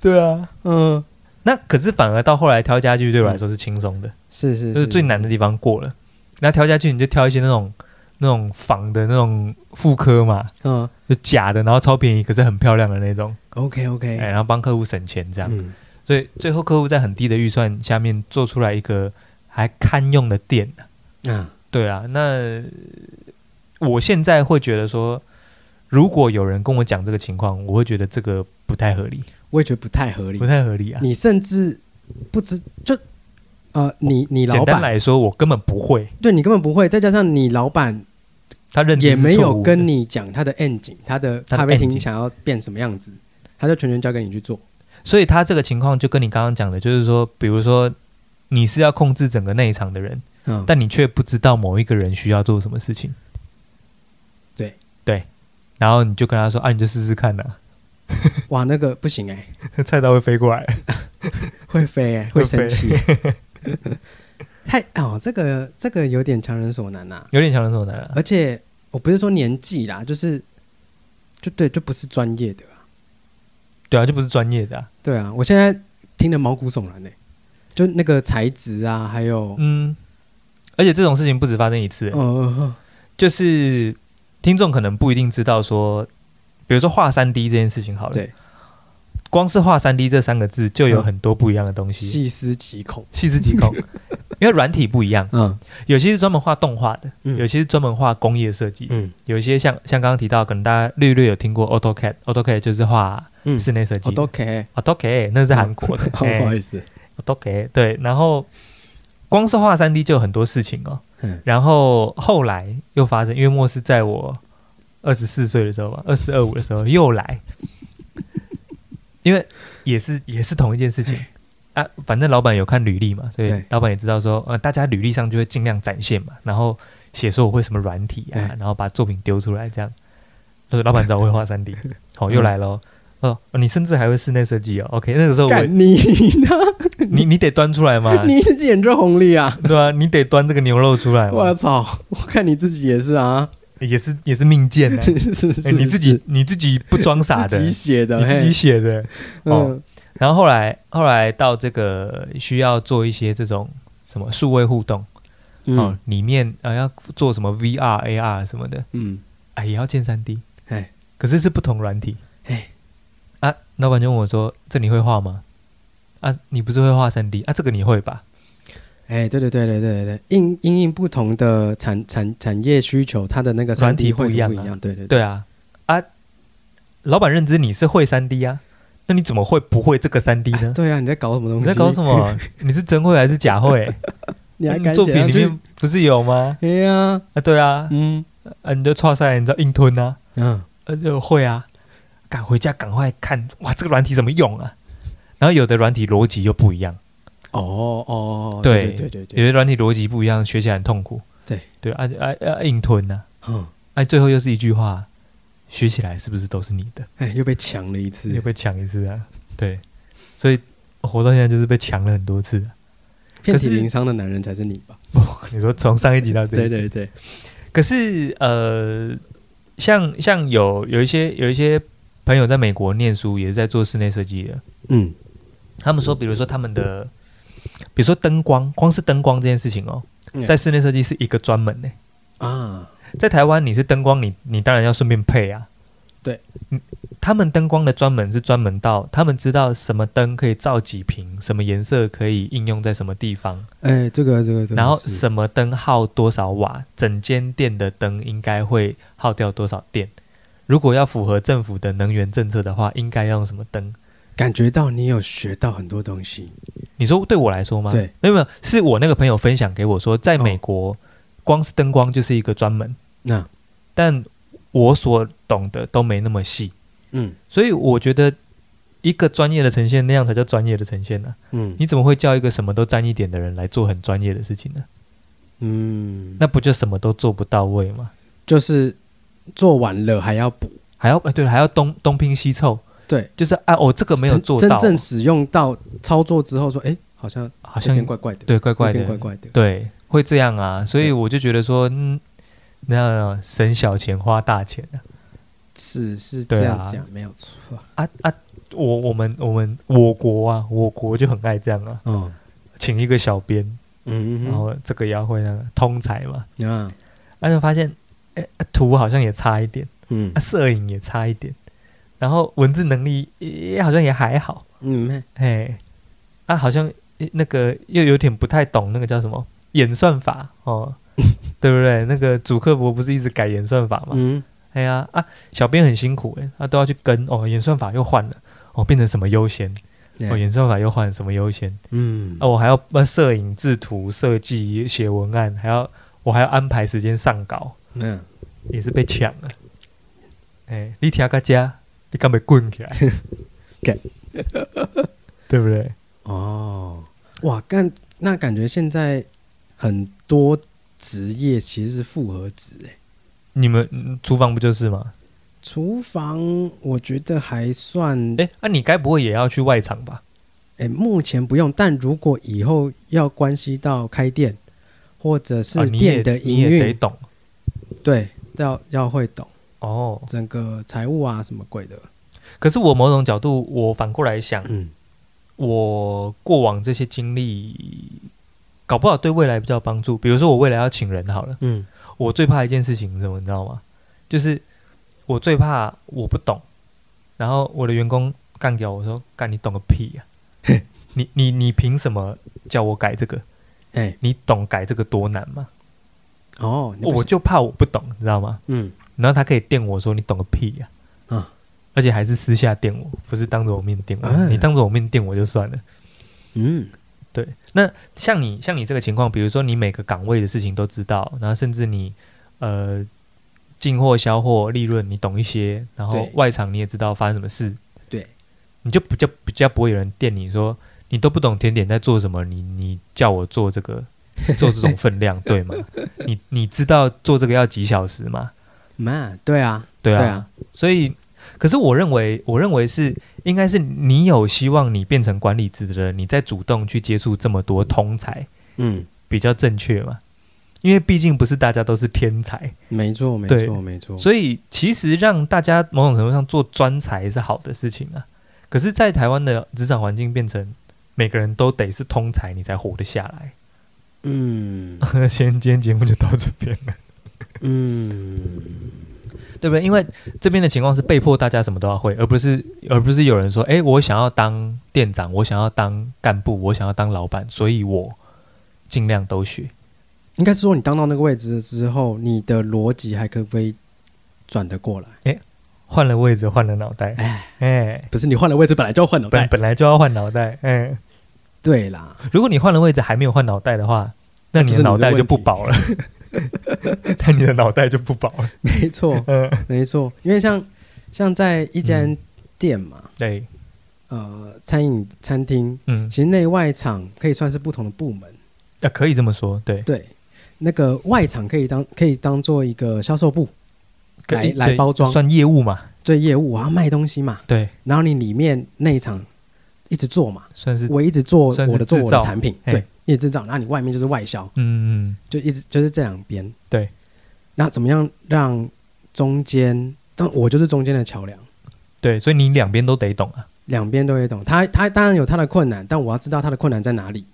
[SPEAKER 2] 对啊。
[SPEAKER 1] 嗯，
[SPEAKER 2] 那可是反而到后来挑家具对我来说是轻松的，
[SPEAKER 1] 是是
[SPEAKER 2] 就是最难的地方过了。然后挑家具你就挑一些那种那种仿的那种复刻嘛，
[SPEAKER 1] 嗯
[SPEAKER 2] 就假的，然后超便宜，可是很漂亮的那种，
[SPEAKER 1] ，OK
[SPEAKER 2] 哎、
[SPEAKER 1] OK，
[SPEAKER 2] 然后帮客户省钱这样。
[SPEAKER 1] 嗯，
[SPEAKER 2] 所以最后客户在很低的预算下面做出来一个还堪用的店。
[SPEAKER 1] 啊，
[SPEAKER 2] 对啊，那我现在会觉得说，如果有人跟我讲这个情况，我会觉得这个不太合理，
[SPEAKER 1] 我也觉得不太合理
[SPEAKER 2] 不，太合理啊。
[SPEAKER 1] 你甚至不知就。呃，你你
[SPEAKER 2] 简
[SPEAKER 1] 老
[SPEAKER 2] 单
[SPEAKER 1] 板
[SPEAKER 2] 来说，我根本不会，
[SPEAKER 1] 对你根本不会，再加上你老板
[SPEAKER 2] 他认知
[SPEAKER 1] 也
[SPEAKER 2] 是
[SPEAKER 1] 没
[SPEAKER 2] 错
[SPEAKER 1] 有
[SPEAKER 2] 误的
[SPEAKER 1] 跟你讲他的 ending，他的
[SPEAKER 2] 他的
[SPEAKER 1] 咖啡
[SPEAKER 2] ending
[SPEAKER 1] 厅想要变什么样子，他就全权交给你去做。
[SPEAKER 2] 所以他这个情况就跟你刚刚讲的，就是说，比如说你是要控制整个内场的人，
[SPEAKER 1] 嗯，
[SPEAKER 2] 但你却不知道某一个人需要做什么事情。
[SPEAKER 1] 对
[SPEAKER 2] 对，然后你就跟他说啊， 你就试试看呐、
[SPEAKER 1] 哇，那个不行哎、
[SPEAKER 2] 菜刀会飞过来。
[SPEAKER 1] 会飞哎、
[SPEAKER 2] 会
[SPEAKER 1] 会生
[SPEAKER 2] 飞
[SPEAKER 1] 气、 太哦，这个这个有点强人所难呐、
[SPEAKER 2] 有点强人所难啊
[SPEAKER 1] 而。且我不是说年纪啦，就是就对，就不是专业的、啊。
[SPEAKER 2] 对啊，就不是专业的、啊。
[SPEAKER 1] 对啊，我现在听得毛骨悚然呢、就那个材质啊，还有
[SPEAKER 2] 嗯，而且这种事情不止发生一次，欸
[SPEAKER 1] 嗯
[SPEAKER 2] 就是听众可能不一定知道说，比如说画三 D 这件事情好了，
[SPEAKER 1] 对，
[SPEAKER 2] 光是画三 D 这三个字就有很多不一样的东西，
[SPEAKER 1] 细思极恐，
[SPEAKER 2] 细思极恐， 因为软体不一样，
[SPEAKER 1] 嗯
[SPEAKER 2] 有些是专门画动画的，
[SPEAKER 1] 嗯
[SPEAKER 2] 有些是专门画工业设计，
[SPEAKER 1] 嗯
[SPEAKER 2] 有些像像刚刚提到，可能大家略略有听过 AutoCAD，AutoCAD 就是画
[SPEAKER 1] 嗯，
[SPEAKER 2] 室内设计
[SPEAKER 1] 哦都 OK，
[SPEAKER 2] ，AutoCAD 那是韩国的，
[SPEAKER 1] 好不好
[SPEAKER 2] 哎
[SPEAKER 1] 意思，
[SPEAKER 2] ，AutoCAD 对，然后光是画三 D 就有很多事情哦，
[SPEAKER 1] 嗯
[SPEAKER 2] 然后后来又发生，因为莫是在我二十四岁的时候吧，二十二五的时候又来，因为也是也是同一件事情啊。反正老板有看履历嘛，所以
[SPEAKER 1] 对
[SPEAKER 2] 老板也知道说，呃，大家履历上就会尽量展现嘛，然后写说我会什么软体啊
[SPEAKER 1] 对，
[SPEAKER 2] 然后把作品丢出来这样。就是老板知道我会画三 D，好、又来了 哦。哦，你甚至还会室内设计哦。OK，那个时候我
[SPEAKER 1] 干你呢？
[SPEAKER 2] 你你得端出来 嘛，
[SPEAKER 1] 你自己眼中红利啊！
[SPEAKER 2] 对啊，你得端这个牛肉出来嘛。
[SPEAKER 1] 我操，我看你自己也是啊，
[SPEAKER 2] 也是也是命贱的、
[SPEAKER 1] 是是
[SPEAKER 2] 哎
[SPEAKER 1] 是，
[SPEAKER 2] 你自己你自己不装傻
[SPEAKER 1] 自
[SPEAKER 2] 的，
[SPEAKER 1] 己
[SPEAKER 2] 你
[SPEAKER 1] 写的，
[SPEAKER 2] 自己写的。
[SPEAKER 1] 嘿
[SPEAKER 2] 哦
[SPEAKER 1] 嗯
[SPEAKER 2] 然后后来后来到这个需要做一些这种什么数位互动，哦
[SPEAKER 1] 嗯，
[SPEAKER 2] 里面呃要做什么 VR、AR 什么的，
[SPEAKER 1] 嗯，
[SPEAKER 2] 哎也要建三 D，
[SPEAKER 1] 哎
[SPEAKER 2] 可是是不同软体
[SPEAKER 1] 哎，
[SPEAKER 2] 啊。老板就问我说：“这你会画吗？”啊，你不是会画三 D 啊？这个你会吧？
[SPEAKER 1] 哎，对对对对对对，因因应不同的产产产业需求，它的那个
[SPEAKER 2] 软
[SPEAKER 1] 三
[SPEAKER 2] 体
[SPEAKER 1] D
[SPEAKER 2] 不
[SPEAKER 1] 绘
[SPEAKER 2] 一
[SPEAKER 1] 图
[SPEAKER 2] 样啊
[SPEAKER 1] 不一样，对对对，
[SPEAKER 2] 对啊，啊，老板认知你是会三 D 啊，那你怎么会不会这个三 D 呢？
[SPEAKER 1] 对啊，你在搞什么东
[SPEAKER 2] 你
[SPEAKER 1] 西？
[SPEAKER 2] 在搞什？么？你是真会还是假会？
[SPEAKER 1] 你还
[SPEAKER 2] 嗯
[SPEAKER 1] 敢
[SPEAKER 2] 作
[SPEAKER 1] 写
[SPEAKER 2] 品
[SPEAKER 1] 上
[SPEAKER 2] 里
[SPEAKER 1] 去？
[SPEAKER 2] 面不是有吗？
[SPEAKER 1] 哎呀，
[SPEAKER 2] 啊，对啊，
[SPEAKER 1] 嗯
[SPEAKER 2] 啊，你就错赛，你知道硬吞啊，
[SPEAKER 1] 嗯，
[SPEAKER 2] 呃，就会啊，赶回家赶快看，哇，这个软体怎么用啊？然后有的软体逻辑又不一样，
[SPEAKER 1] 哦哦，
[SPEAKER 2] 对
[SPEAKER 1] 对对对
[SPEAKER 2] 有
[SPEAKER 1] 对，
[SPEAKER 2] 的软体逻辑不一样，学起来很痛苦。
[SPEAKER 1] 对
[SPEAKER 2] 对啊啊啊，硬吞啊，
[SPEAKER 1] 嗯，
[SPEAKER 2] 哎、最后又是一句话，学起来是不是都是你的？
[SPEAKER 1] 哎，又被抢了一次
[SPEAKER 2] 又，被抢一次啊，对，所以我活到现在就是被抢了很多次、 啊。
[SPEAKER 1] 遍体
[SPEAKER 2] 可是
[SPEAKER 1] 鳞伤的男人才是你吧？
[SPEAKER 2] 你说从上一集到这一集，
[SPEAKER 1] 对对对，
[SPEAKER 2] 可是呃，像像有有一些有一些朋友在美国念书，也是在做室内设计的。
[SPEAKER 1] 嗯
[SPEAKER 2] 他们说，比如说他们的，比如说灯光，光是灯光这件事情哦，
[SPEAKER 1] 嗯
[SPEAKER 2] 在室内设计是一个专门呢、
[SPEAKER 1] 啊，
[SPEAKER 2] 在台湾，你是灯光，你你当然要顺便配啊。
[SPEAKER 1] 对
[SPEAKER 2] 嗯，他们灯光的专门是专门到他们知道什么灯可以照几瓶，什么颜色可以应用在什么地方，
[SPEAKER 1] 哎，这个这个，这个
[SPEAKER 2] 然后
[SPEAKER 1] 是
[SPEAKER 2] 什么灯耗多少瓦，整间店的灯应该会耗掉多少电。如果要符合政府的能源政策的话，应该要用什么灯？
[SPEAKER 1] 感觉到你有学到很多东西，
[SPEAKER 2] 你说对我来说吗？
[SPEAKER 1] 对，
[SPEAKER 2] 没有没有，是我那个朋友分享给我说，在美
[SPEAKER 1] 哦
[SPEAKER 2] 国，光是灯光就是一个专门，
[SPEAKER 1] 那
[SPEAKER 2] 但我所懂的都没那么细，
[SPEAKER 1] 嗯
[SPEAKER 2] 所以我觉得一个专业的呈现那样才叫专业的呈现呢、啊
[SPEAKER 1] 嗯
[SPEAKER 2] 你怎么会叫一个什么都沾一点的人来做很专业的事情呢？
[SPEAKER 1] 嗯，
[SPEAKER 2] 那不就什么都做不到位吗？
[SPEAKER 1] 就是做完了还要补，
[SPEAKER 2] 还要哎对，还要东东拼西凑，
[SPEAKER 1] 对，
[SPEAKER 2] 就是啊，我、这个没有
[SPEAKER 1] 真
[SPEAKER 2] 做到，
[SPEAKER 1] 真正使用到操作之后说，哎，好像
[SPEAKER 2] 好
[SPEAKER 1] 这
[SPEAKER 2] 像
[SPEAKER 1] 边怪怪的，
[SPEAKER 2] 对怪怪
[SPEAKER 1] 那
[SPEAKER 2] 的，
[SPEAKER 1] 边怪怪的，
[SPEAKER 2] 对，会这样啊，所以
[SPEAKER 1] 对
[SPEAKER 2] 我就觉得说，嗯，那省小钱花大钱啊
[SPEAKER 1] 是是
[SPEAKER 2] 对
[SPEAKER 1] 这
[SPEAKER 2] 啊
[SPEAKER 1] 样讲没有错，
[SPEAKER 2] 啊啊！我我们我们我国啊，我国就很爱这样啊，
[SPEAKER 1] 嗯
[SPEAKER 2] 请一个小编，
[SPEAKER 1] 嗯，
[SPEAKER 2] 然后这个也要会那个通才嘛，
[SPEAKER 1] 啊
[SPEAKER 2] 而且发现，哎、啊图好像也差一点，
[SPEAKER 1] 嗯
[SPEAKER 2] 啊，摄影也差一点，然后文字能力也好像也还好，
[SPEAKER 1] 嗯嘿
[SPEAKER 2] 哎，啊，好像诶那个又有点不太懂那个叫什么演算法 哦，对不对？那个主客博不是一直改演算法嘛？
[SPEAKER 1] 嗯
[SPEAKER 2] 哎呀啊，小编很辛苦哎、他、都要去跟哦，演算法又换了哦，变成什么优先哦，
[SPEAKER 1] 哎
[SPEAKER 2] 演算法又换了什么优先
[SPEAKER 1] 嗯
[SPEAKER 2] 啊，我还要呃摄影、制图、设计、写文案，还要我还要安排时间上稿，
[SPEAKER 1] 嗯
[SPEAKER 2] 也是被抢了。哎，你听个家，你敢被滚起来
[SPEAKER 1] 干
[SPEAKER 2] 对不对？
[SPEAKER 1] 哦哇，干那感觉现在很多职业其实是复合职哎。
[SPEAKER 2] 你们嗯厨房不就是吗？
[SPEAKER 1] 厨房我觉得还算，哎、
[SPEAKER 2] 哎，那、你该不会也要去外场吧？
[SPEAKER 1] 目前不用，但如果以后要关系到开店或者
[SPEAKER 2] 啊
[SPEAKER 1] 是
[SPEAKER 2] 你
[SPEAKER 1] 店
[SPEAKER 2] 也
[SPEAKER 1] 的
[SPEAKER 2] 你
[SPEAKER 1] 营
[SPEAKER 2] 也
[SPEAKER 1] 运，
[SPEAKER 2] 得懂
[SPEAKER 1] 对，要要会懂
[SPEAKER 2] 哦。
[SPEAKER 1] 整个财务啊什么鬼的，
[SPEAKER 2] 可是我某种角度，我反过来想，
[SPEAKER 1] 嗯
[SPEAKER 2] 我过往这些经历，搞不好对未来比较有帮助。比如说我未来要请人好了，
[SPEAKER 1] 嗯
[SPEAKER 2] 我最怕一件事情是什么，你知道吗？就是我最怕我不懂，然后我的员工干掉我说：“干你懂个屁 呀、你你你凭什么叫我改这个？
[SPEAKER 1] 哎
[SPEAKER 2] 你懂改这个多难吗？
[SPEAKER 1] 哦，你不
[SPEAKER 2] 我
[SPEAKER 1] 是
[SPEAKER 2] 就怕我不懂，你知道吗？
[SPEAKER 1] 嗯
[SPEAKER 2] 然后他可以电我说你懂个屁呀、
[SPEAKER 1] 嗯
[SPEAKER 2] 而且还是私下电我，不是当着我面电我。
[SPEAKER 1] 嗯
[SPEAKER 2] 你当着我面电我就算了。
[SPEAKER 1] 嗯
[SPEAKER 2] 对，那像你像你这个情况，比如说你每个岗位的事情都知道，然后甚至你呃进货、销货、利润你懂一些，然后
[SPEAKER 1] 对
[SPEAKER 2] 外场你也知道发生什么事，
[SPEAKER 1] 对，
[SPEAKER 2] 你就比较比较不会有人电你说你都不懂甜点在做什么，你你叫我做这个做这种分 量对吗？你你知道做这个要几小时吗？
[SPEAKER 1] 嘛，对啊
[SPEAKER 2] 对啊，
[SPEAKER 1] 对啊，
[SPEAKER 2] 所以。可是我认为，我认为是应该是你有希望你变成管理职的人，你在主动去接触这么多通才，
[SPEAKER 1] 嗯，
[SPEAKER 2] 比较正确嘛，因为毕竟不是大家都是天才，
[SPEAKER 1] 没错没
[SPEAKER 2] 对
[SPEAKER 1] 错没错，
[SPEAKER 2] 所以其实让大家某种程度上做专才是好的事情啊。可是，在台湾的职场环境变成每个人都得是通才，你才活得下来。
[SPEAKER 1] 嗯
[SPEAKER 2] 先今天节目就到这边了，
[SPEAKER 1] 嗯，
[SPEAKER 2] 对不对？因为这边的情况是被迫大家什么都要会，而不是而不是有人说，诶，我想要当店长，我想要当干部，我想要当老板，所以我尽量都学。
[SPEAKER 1] 应该是说你当到那个位置之后，你的逻辑还可不可以转得过来？
[SPEAKER 2] 换了位置，换了脑袋，
[SPEAKER 1] 哎，
[SPEAKER 2] 哎，
[SPEAKER 1] 不是你换了位置本来就要换脑
[SPEAKER 2] 本
[SPEAKER 1] 袋，
[SPEAKER 2] 本来就要换脑袋，哎。
[SPEAKER 1] 对啦，
[SPEAKER 2] 如果你换了位置还没有换脑袋的话，那你
[SPEAKER 1] 就
[SPEAKER 2] 的
[SPEAKER 1] 是你的
[SPEAKER 2] 脑袋就
[SPEAKER 1] 问
[SPEAKER 2] 不
[SPEAKER 1] 题
[SPEAKER 2] 保了，那你的脑袋就不保了。
[SPEAKER 1] 没错
[SPEAKER 2] 嗯，
[SPEAKER 1] 没错，因为像像在一间店嘛，
[SPEAKER 2] 对，
[SPEAKER 1] 呃，餐饮餐厅，
[SPEAKER 2] 嗯，
[SPEAKER 1] 其实内外场可以算是不同的部门。
[SPEAKER 2] 啊，可以这么说，对，
[SPEAKER 1] 对，那个外场可以当可以当做一个销售部
[SPEAKER 2] 可
[SPEAKER 1] 来
[SPEAKER 2] 以
[SPEAKER 1] 来
[SPEAKER 2] 对
[SPEAKER 1] 包装
[SPEAKER 2] 算业务嘛，
[SPEAKER 1] 做业务，我要卖东西嘛，
[SPEAKER 2] 对，
[SPEAKER 1] 然后你里面内场一直做嘛，
[SPEAKER 2] 算是，
[SPEAKER 1] 我一直做
[SPEAKER 2] 算是
[SPEAKER 1] 我的做
[SPEAKER 2] 制
[SPEAKER 1] 我的
[SPEAKER 2] 造
[SPEAKER 1] 产品，
[SPEAKER 2] 嘿
[SPEAKER 1] 对，一直制造，然后你外面就是外销，
[SPEAKER 2] 嗯嗯，
[SPEAKER 1] 就一直就是这两边。
[SPEAKER 2] 对，
[SPEAKER 1] 那怎么样让中间，当我就是中间的桥梁，
[SPEAKER 2] 对，所以你两边都得懂啊，
[SPEAKER 1] 两边都会懂。他他当然有他的困难，但我要知道他的困难在哪里，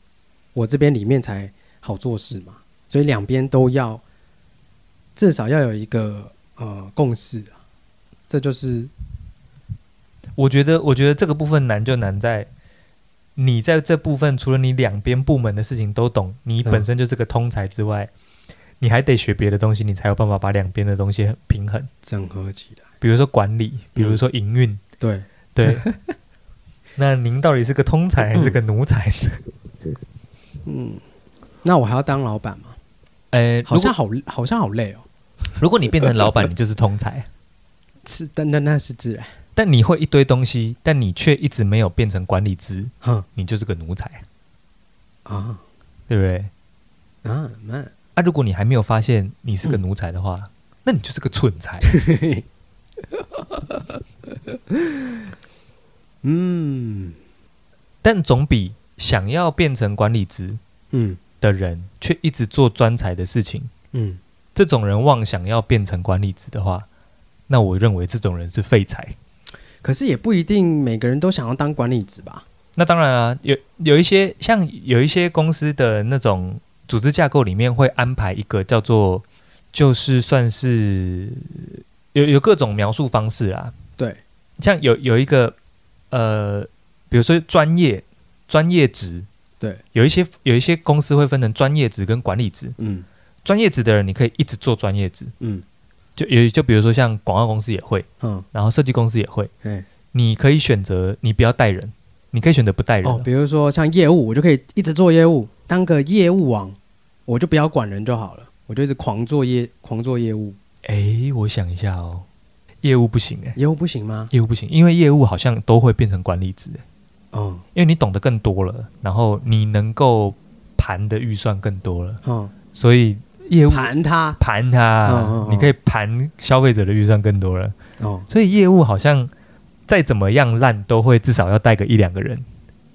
[SPEAKER 1] 我这边里面才好做事嘛。所以两边都要，至少要有一个呃共识啊。这就是
[SPEAKER 2] 我觉得，我觉得这个部分难就难在。你在这部分，除了你两边部门的事情都懂，你
[SPEAKER 1] 嗯
[SPEAKER 2] 本身就是个通才之外，你还得学别的东西，你才有办法把两边的东西平衡。
[SPEAKER 1] 整合起来。
[SPEAKER 2] 比如说管理，
[SPEAKER 1] 嗯
[SPEAKER 2] 比如说营运，
[SPEAKER 1] 对，
[SPEAKER 2] 对， 那您到底是个通才还是个奴才？
[SPEAKER 1] 嗯，那我还要当老板吗？
[SPEAKER 2] 呃，
[SPEAKER 1] 好
[SPEAKER 2] 如
[SPEAKER 1] 像
[SPEAKER 2] 果
[SPEAKER 1] 好好像好累哦。
[SPEAKER 2] 如果你变成 老板，你就是通才，
[SPEAKER 1] 是，但那那是自然。
[SPEAKER 2] 但你会一堆东西，但你却一直没有变成管理职，
[SPEAKER 1] 哼
[SPEAKER 2] 你就是个奴才，
[SPEAKER 1] 啊
[SPEAKER 2] 对不对？
[SPEAKER 1] 啊 慢，
[SPEAKER 2] 啊，如果你还没有发现你是个奴才的话，那你就是个蠢才。
[SPEAKER 1] 嗯
[SPEAKER 2] 但总比想要变成管理职
[SPEAKER 1] 嗯
[SPEAKER 2] 的人，却一直做专才的事情，
[SPEAKER 1] 嗯，
[SPEAKER 2] 这种人妄想要变成管理职的话，那我认为这种人是废材。
[SPEAKER 1] 可是也不一定每个人都想要当管理职吧？
[SPEAKER 2] 那当然啊，有有一些像有一些公司的那种组织架构里面会安排一个叫做，就是算是有有各种描述方式啦。
[SPEAKER 1] 对，
[SPEAKER 2] 像有有一个呃，比如说专业专业职，
[SPEAKER 1] 对，
[SPEAKER 2] 有一些有一些公司会分成专业职跟管理职。
[SPEAKER 1] 嗯
[SPEAKER 2] 专业职的人，你可以一直做专业职，
[SPEAKER 1] 嗯
[SPEAKER 2] 就有就比如说像广告公司也会，
[SPEAKER 1] 嗯，
[SPEAKER 2] 然后设计公司也会，
[SPEAKER 1] 哎。
[SPEAKER 2] 你可以选择你不要带人，你可以选择不带人。啊
[SPEAKER 1] 哦，比如说像业务，我就可以一直做业务，当个业务王，我就不要管人就好了，我就一直狂做业，狂做业务。
[SPEAKER 2] 诶，我想一下哦，业务不行诶，
[SPEAKER 1] 业务不行吗？
[SPEAKER 2] 业务不行，因为业务好像都会变成管理职诶，
[SPEAKER 1] 嗯
[SPEAKER 2] 因为你懂得更多了，然后你能够盘的预算更多了，
[SPEAKER 1] 嗯，
[SPEAKER 2] 所以业务
[SPEAKER 1] 盘他
[SPEAKER 2] 盘它，
[SPEAKER 1] 嗯嗯嗯
[SPEAKER 2] 你可以盘消费者的预算更多了，
[SPEAKER 1] 哦
[SPEAKER 2] 所以业务好像再怎么样烂都会至少要带个一两个人。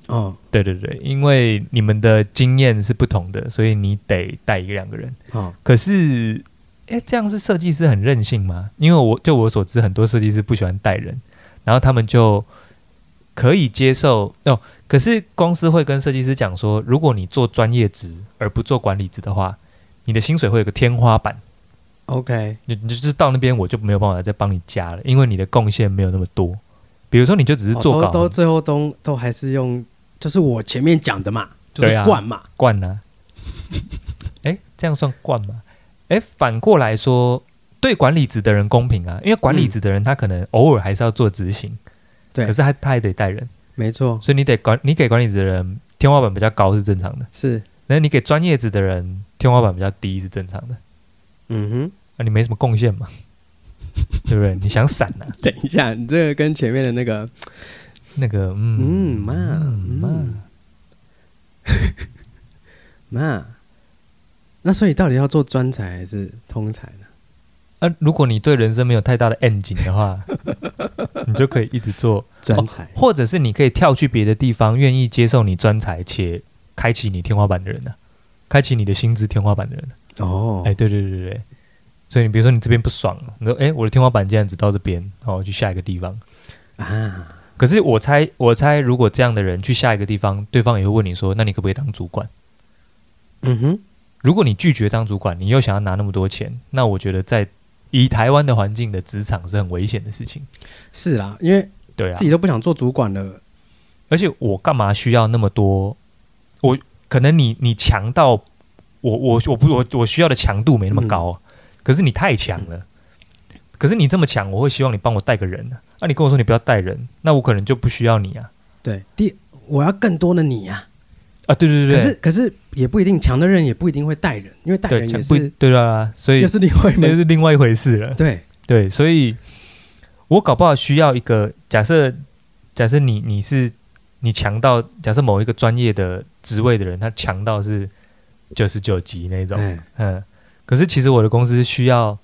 [SPEAKER 1] 哦
[SPEAKER 2] 对对对，因为你们的经验是不同的，所以你得带一两个人。
[SPEAKER 1] 哦，
[SPEAKER 2] 可是，哎，这样是设计师很任性吗？因为我就我所知，很多设计师不喜欢带人，然后他们就可以接受哦。可是公司会跟设计师讲说，如果你做专业职而不做管理职的话，你的薪水会有个天花板，
[SPEAKER 1] OK，
[SPEAKER 2] 你你就是到那边我就没有办法再帮你加了，因为你的贡献没有那么多。比如说，你就只是
[SPEAKER 1] 哦
[SPEAKER 2] 做
[SPEAKER 1] 都都
[SPEAKER 2] 稿
[SPEAKER 1] 最后都都还是用，就是我前面讲的嘛，就
[SPEAKER 2] 对
[SPEAKER 1] 是
[SPEAKER 2] 啊
[SPEAKER 1] 惯嘛，
[SPEAKER 2] 惯啊， 哎、这样算惯吗？哎，反过来说，对管理职的人公平啊，因为管理职的人他可能偶尔还是要做执行，
[SPEAKER 1] 嗯对
[SPEAKER 2] 可是他他还得带人，
[SPEAKER 1] 没错，
[SPEAKER 2] 所以你得管你给管理职的人天花板比较高是正常的，
[SPEAKER 1] 是，
[SPEAKER 2] 然后你给专业职的人天花板比较低是正常的，
[SPEAKER 1] 嗯哼。
[SPEAKER 2] 啊，你没什么贡献嘛， 对不对？你想闪啊？
[SPEAKER 1] 等一下，你这个跟前面的那个，
[SPEAKER 2] 那个，嗯
[SPEAKER 1] 嗯嘛，
[SPEAKER 2] 嗯
[SPEAKER 1] 嗯嘛，那所以到底要做专才还是通才呢？
[SPEAKER 2] 啊，如果你对人生没有太大的愿景的话，你就可以一直做，
[SPEAKER 1] 专才，
[SPEAKER 2] 或者是你可以跳去别的地方，愿意接受你专才且开启你天花板的人呢、啊开启你的薪资天花板的人、啊。
[SPEAKER 1] 哦，
[SPEAKER 2] 哎、对对对对对，所以你比如说你这边不爽，你说哎、我的天花板竟然只到这边，然后去下一个地方。哎
[SPEAKER 1] 啊，
[SPEAKER 2] 可是我猜，我猜如果这样的人去下一个地方，对方也会问你说，那你可不可以当主管？
[SPEAKER 1] 嗯哼，
[SPEAKER 2] 如果你拒绝当主管，你又想要拿那么多钱，那我觉得在以台湾的环境的职场是很危险的事情。
[SPEAKER 1] 是啦，因为
[SPEAKER 2] 对啊
[SPEAKER 1] 自，己都不想做主管了，
[SPEAKER 2] 而且我干嘛需要那么多？我可能你你强到我我我不我我需要的强度没那么高啊、
[SPEAKER 1] 嗯
[SPEAKER 2] 可是你太强了。可是你这么强，我会希望你帮我带个人啊。啊，你跟我说你不要带人，那我可能就不需要你啊。
[SPEAKER 1] 对，第我要更多的你啊，
[SPEAKER 2] 啊，对对对
[SPEAKER 1] 可
[SPEAKER 2] 对，
[SPEAKER 1] 是可是也不一定强的人也不一定会带人，因为带
[SPEAKER 2] 对
[SPEAKER 1] 人
[SPEAKER 2] 强
[SPEAKER 1] 也
[SPEAKER 2] 不
[SPEAKER 1] 是
[SPEAKER 2] 对啊，所以
[SPEAKER 1] 也是另外一
[SPEAKER 2] 那
[SPEAKER 1] 门，
[SPEAKER 2] 是另外一回事了。
[SPEAKER 1] 对，
[SPEAKER 2] 对，所以我搞不好需要一个假设，假设你你是你强到，假设某一个专业的职位的人，他强到是九十九级那种，
[SPEAKER 1] 哎，
[SPEAKER 2] 嗯，可是其实我的公司需要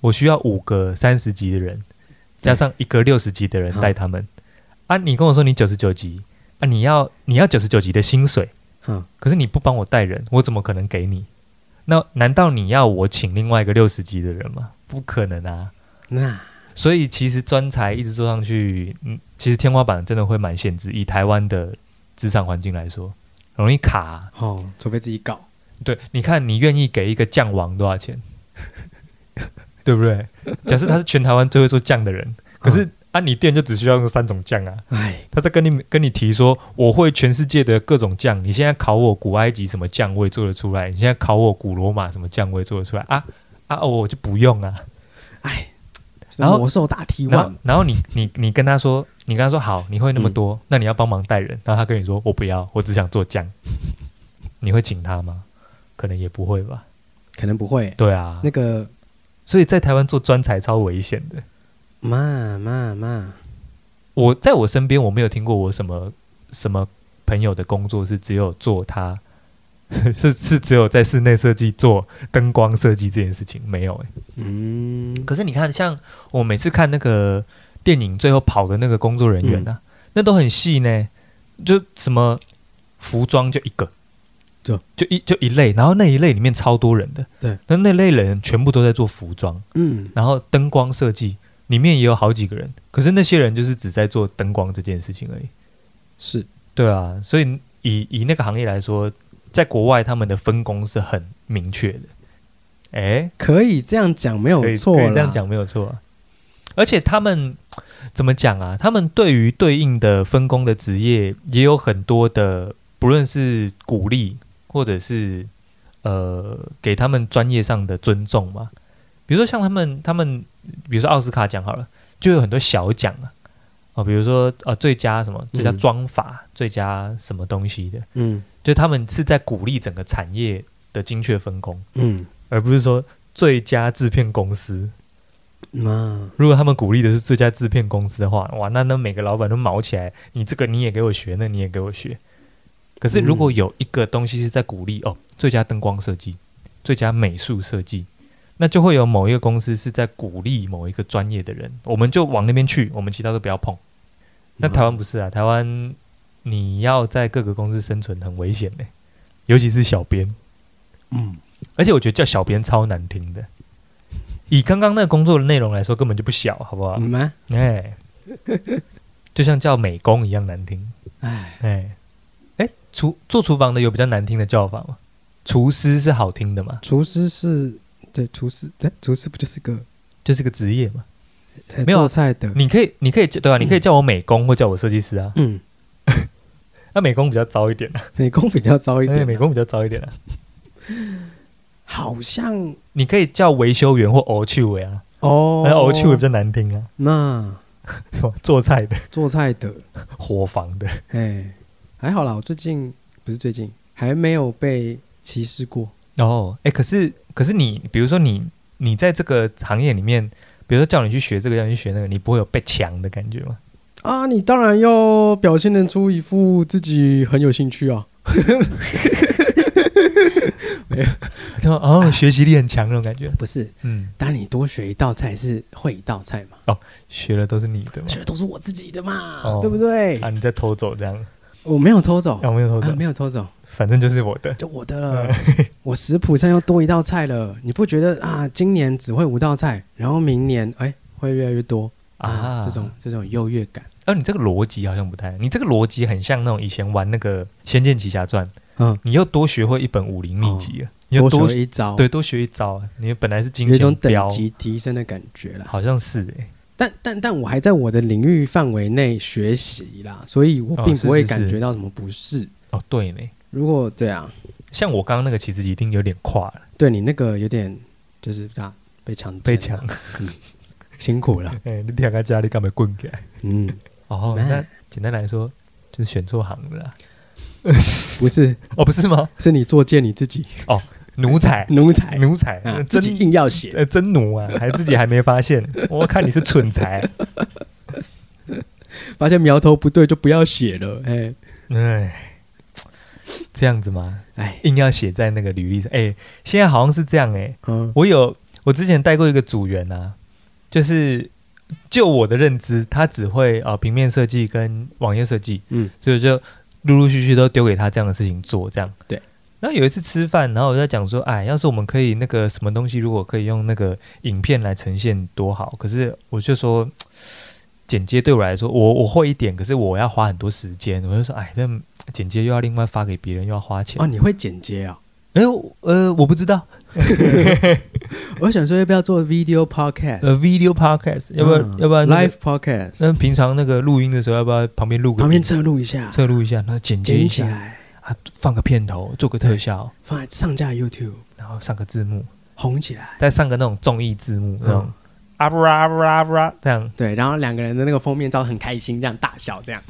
[SPEAKER 2] 我需要五个三十级的人，加上一个六十级的人带他们。啊，你跟我说你九十九级，啊，你要你要九十九级的薪水，
[SPEAKER 1] 好，
[SPEAKER 2] 可是你不帮我带人，我怎么可能给你？那难道你要我请另外一个六十级的人吗？不可能啊！
[SPEAKER 1] 那
[SPEAKER 2] 所以其实专才一直做上去，嗯，其实天花板真的会蛮限制。以台湾的职场环境来说，容易卡。啊
[SPEAKER 1] 哦，除非自己搞，
[SPEAKER 2] 对，你看你愿意给一个酱王多少钱， 对不对？假设他是全台湾最会做酱的人，可是、啊，你店就只需要用三种酱啊。
[SPEAKER 1] 哎，
[SPEAKER 2] 他在跟你跟你提说，我会全世界的各种酱，你现在考我古埃及什么酱我也做得出来，你现在考我古罗马什么酱我也做得出来啊啊，哦我就不用啊。
[SPEAKER 1] 哎，是
[SPEAKER 2] 然后
[SPEAKER 1] 魔兽大 T
[SPEAKER 2] 然后
[SPEAKER 1] one，，
[SPEAKER 2] 然后你你你跟他说，你跟他说好，你会那么多，那你要帮忙带人。然后他跟你说，我不要，我只想做酱。你会请他吗？可能也不会吧。
[SPEAKER 1] 可能不会，
[SPEAKER 2] 对啊，
[SPEAKER 1] 那个
[SPEAKER 2] 所以在台湾做专才超危险的。
[SPEAKER 1] 嘛嘛嘛，
[SPEAKER 2] 我在我身边，我没有听过我什么什么朋友的工作是只有做他， 是是只有在室内设计做灯光设计这件事情没有、欸。
[SPEAKER 1] 嗯，
[SPEAKER 2] 可是你看，像我每次看那个电影最后跑的那个工作人员啊，那都很细呢，就什么服装就一个，
[SPEAKER 1] 对
[SPEAKER 2] 就一就一类，然后那一类里面超多人的，
[SPEAKER 1] 对，
[SPEAKER 2] 那那类人全部都在做服装，
[SPEAKER 1] 嗯，
[SPEAKER 2] 然后灯光设计里面也有好几个人，可是那些人就是只在做灯光这件事情而已，
[SPEAKER 1] 是，
[SPEAKER 2] 对啊，所以以以那个行业来说，在国外他们的分工是很明确的，哎、
[SPEAKER 1] 可以这样讲，没有
[SPEAKER 2] 可以
[SPEAKER 1] 错
[SPEAKER 2] 可以
[SPEAKER 1] 啦
[SPEAKER 2] 这样，讲没有错啊、而且他们怎么讲啊？他们对于对应的分工的职业也有很多的，不论是鼓励或者是呃给他们专业上的尊重嘛。比如说像他们他们，比如说奥斯卡奖好了，就有很多小奖啊。哦，比如说呃，最佳什么，最佳
[SPEAKER 1] 嗯
[SPEAKER 2] 妆法，最佳什么东西的，
[SPEAKER 1] 嗯
[SPEAKER 2] 就他们是在鼓励整个产业的精确分工，
[SPEAKER 1] 嗯，
[SPEAKER 2] 而不是说最佳制片公司
[SPEAKER 1] 嘛，
[SPEAKER 2] 如果他们鼓励的是最佳制片公司的话，哇，那那每个老板都毛起来，你这个你也给我学，那你也给我学。可是如果有一个东西是在鼓励哦，最佳灯光设计、最佳美术设计，那就会有某一个公司是在鼓励某一个专业的人，我们就往那边去，我们其他都不要碰。那
[SPEAKER 1] 嗯
[SPEAKER 2] 台湾不是啊，台湾你要在各个公司生存很危险呢、尤其是小编。
[SPEAKER 1] 嗯，
[SPEAKER 2] 而且我觉得叫小编超难听的。
[SPEAKER 1] 嗯
[SPEAKER 2] 以刚刚那个工作的内容来说，根本就不小，好不好？
[SPEAKER 1] 嘛，
[SPEAKER 2] 哎，就像叫美工一样难听。
[SPEAKER 1] 哎，
[SPEAKER 2] 哎，哎，厨做厨房的有比较难听的叫法吗？厨师是好听的嘛，
[SPEAKER 1] 厨师是对厨师，对厨师不就是个、
[SPEAKER 2] 就是个职业嘛。
[SPEAKER 1] 呃
[SPEAKER 2] 没有啊
[SPEAKER 1] 做菜的？
[SPEAKER 2] 你可以，你可以对吧、啊你可以叫我美工或叫我设计师啊。
[SPEAKER 1] 嗯，
[SPEAKER 2] 那、美工比较糟一点啊，
[SPEAKER 1] 美工比较糟一
[SPEAKER 2] 对，
[SPEAKER 1] 点，
[SPEAKER 2] 哎美工比较糟一啊点啊。
[SPEAKER 1] 好像
[SPEAKER 2] 你可以叫维修员或偶趣味啊，
[SPEAKER 1] 哦，
[SPEAKER 2] 那偶趣味比较难听啊，
[SPEAKER 1] 那
[SPEAKER 2] 什么做菜的、
[SPEAKER 1] 做菜的，
[SPEAKER 2] 伙房的，
[SPEAKER 1] 哎，还好啦，我最近不是最近还没有被歧视过，
[SPEAKER 2] 哦，哎，可是可是你，比如说你你在这个行业里面，比如说叫你去学这个，叫你去学那个，你不会有被抢的感觉吗？
[SPEAKER 1] 啊，你当然要表现得出一副自己很有兴趣啊。
[SPEAKER 2] 就哦，学习力很强那种感觉。
[SPEAKER 1] 不是，
[SPEAKER 2] 嗯，
[SPEAKER 1] 当然你多学一道菜是会一道菜嘛，
[SPEAKER 2] 学了都是你的嘛，
[SPEAKER 1] 学的都是我自己的嘛，
[SPEAKER 2] 嗯哦
[SPEAKER 1] 对不对？
[SPEAKER 2] 啊，你在偷走这样，
[SPEAKER 1] 我没有偷走，
[SPEAKER 2] 啊，没有偷走嗯
[SPEAKER 1] 啊，没有偷走，
[SPEAKER 2] 反正就是我的。
[SPEAKER 1] 就我的了。 我食谱上又多一道菜了，你不觉得啊？今年只会五道菜，然后明年哎会越来越多啊，
[SPEAKER 2] 啊
[SPEAKER 1] 这种这种优越感，
[SPEAKER 2] 哦，你这个逻辑好像不太，你这个逻辑很像那种以前玩那个《仙剑奇侠传》，
[SPEAKER 1] 嗯，
[SPEAKER 2] 你又多学会一本武林秘籍了，啊你又
[SPEAKER 1] 多学
[SPEAKER 2] 哦多
[SPEAKER 1] 了一招，
[SPEAKER 2] 对多学一招啊，你本来是金
[SPEAKER 1] 有一种
[SPEAKER 2] 钱
[SPEAKER 1] 等
[SPEAKER 2] 镖，
[SPEAKER 1] 级提升的感觉啦。
[SPEAKER 2] 好像是哎、
[SPEAKER 1] 但但但我还在我的领域范围内学习啦，所以我
[SPEAKER 2] 哦
[SPEAKER 1] 并
[SPEAKER 2] 是
[SPEAKER 1] 不会
[SPEAKER 2] 是
[SPEAKER 1] 感
[SPEAKER 2] 是
[SPEAKER 1] 觉到什么不适。
[SPEAKER 2] 哦对呢，
[SPEAKER 1] 如果对啊，
[SPEAKER 2] 像我刚刚那个其实已经有点跨了，
[SPEAKER 1] 对你那个有点就是啊被强
[SPEAKER 2] 被
[SPEAKER 1] 奸
[SPEAKER 2] 抢
[SPEAKER 1] 了，，辛苦了。
[SPEAKER 2] 哎、你两个家里干嘛棍起来？
[SPEAKER 1] 嗯，
[SPEAKER 2] 哦，
[SPEAKER 1] 哎
[SPEAKER 2] 那简单来说就是选错行了啦，啊
[SPEAKER 1] 不是，
[SPEAKER 2] 哦不是吗？
[SPEAKER 1] 是你作践你自己
[SPEAKER 2] 奴才，
[SPEAKER 1] 奴才
[SPEAKER 2] 奴才，
[SPEAKER 1] 啊，
[SPEAKER 2] 呃
[SPEAKER 1] 自
[SPEAKER 2] 真
[SPEAKER 1] 己硬要写。
[SPEAKER 2] 呃真奴 啊，还自己还没发现，我看你是蠢材，
[SPEAKER 1] 发现苗头不对就不要写了。哎，
[SPEAKER 2] 哎，这样子吗？
[SPEAKER 1] 哎，
[SPEAKER 2] 硬要写在那个履历上，哎、现在好像是这样哎、
[SPEAKER 1] 嗯，
[SPEAKER 2] 我有，我之前带过一个组员啊，就是就我的认知，他只会啊、呃平面设计跟网页设计，
[SPEAKER 1] 嗯，
[SPEAKER 2] 所以就陆陆续续都丢给他这样的事情做，这样。
[SPEAKER 1] 对。
[SPEAKER 2] 然后有一次吃饭，然后我在讲说，哎，要是我们可以那个什么东西，如果可以用那个影片来呈现多好。可是我就说，嘖剪接对我来说，我我会一点，可是我要花很多时间。我就说，哎，这剪接又要另外发给别人，又要花钱
[SPEAKER 1] 哦，。你会剪接啊？
[SPEAKER 2] 哎、我呃，我不知道，
[SPEAKER 1] 我想说要不要做 video podcast？
[SPEAKER 2] 呃，video podcast，要不要、
[SPEAKER 1] 嗯
[SPEAKER 2] 要不要、那个
[SPEAKER 1] live podcast？
[SPEAKER 2] 那平常那个录音的时候，要不要旁边录个
[SPEAKER 1] 旁边
[SPEAKER 2] 影
[SPEAKER 1] 侧录一下，
[SPEAKER 2] 侧录一下，然后剪接
[SPEAKER 1] 剪
[SPEAKER 2] 一
[SPEAKER 1] 起
[SPEAKER 2] 下
[SPEAKER 1] 来，
[SPEAKER 2] 啊，放个片头，做个特效，
[SPEAKER 1] 放在上架 YouTube
[SPEAKER 2] 然后上个字幕，
[SPEAKER 1] 红起来。
[SPEAKER 2] 再上个那种综艺字幕，
[SPEAKER 1] 嗯
[SPEAKER 2] 那种啊不啦啊不啦啊不啦这样。
[SPEAKER 1] 对，然后两个人的那个封面照很开心，这样大笑，这样。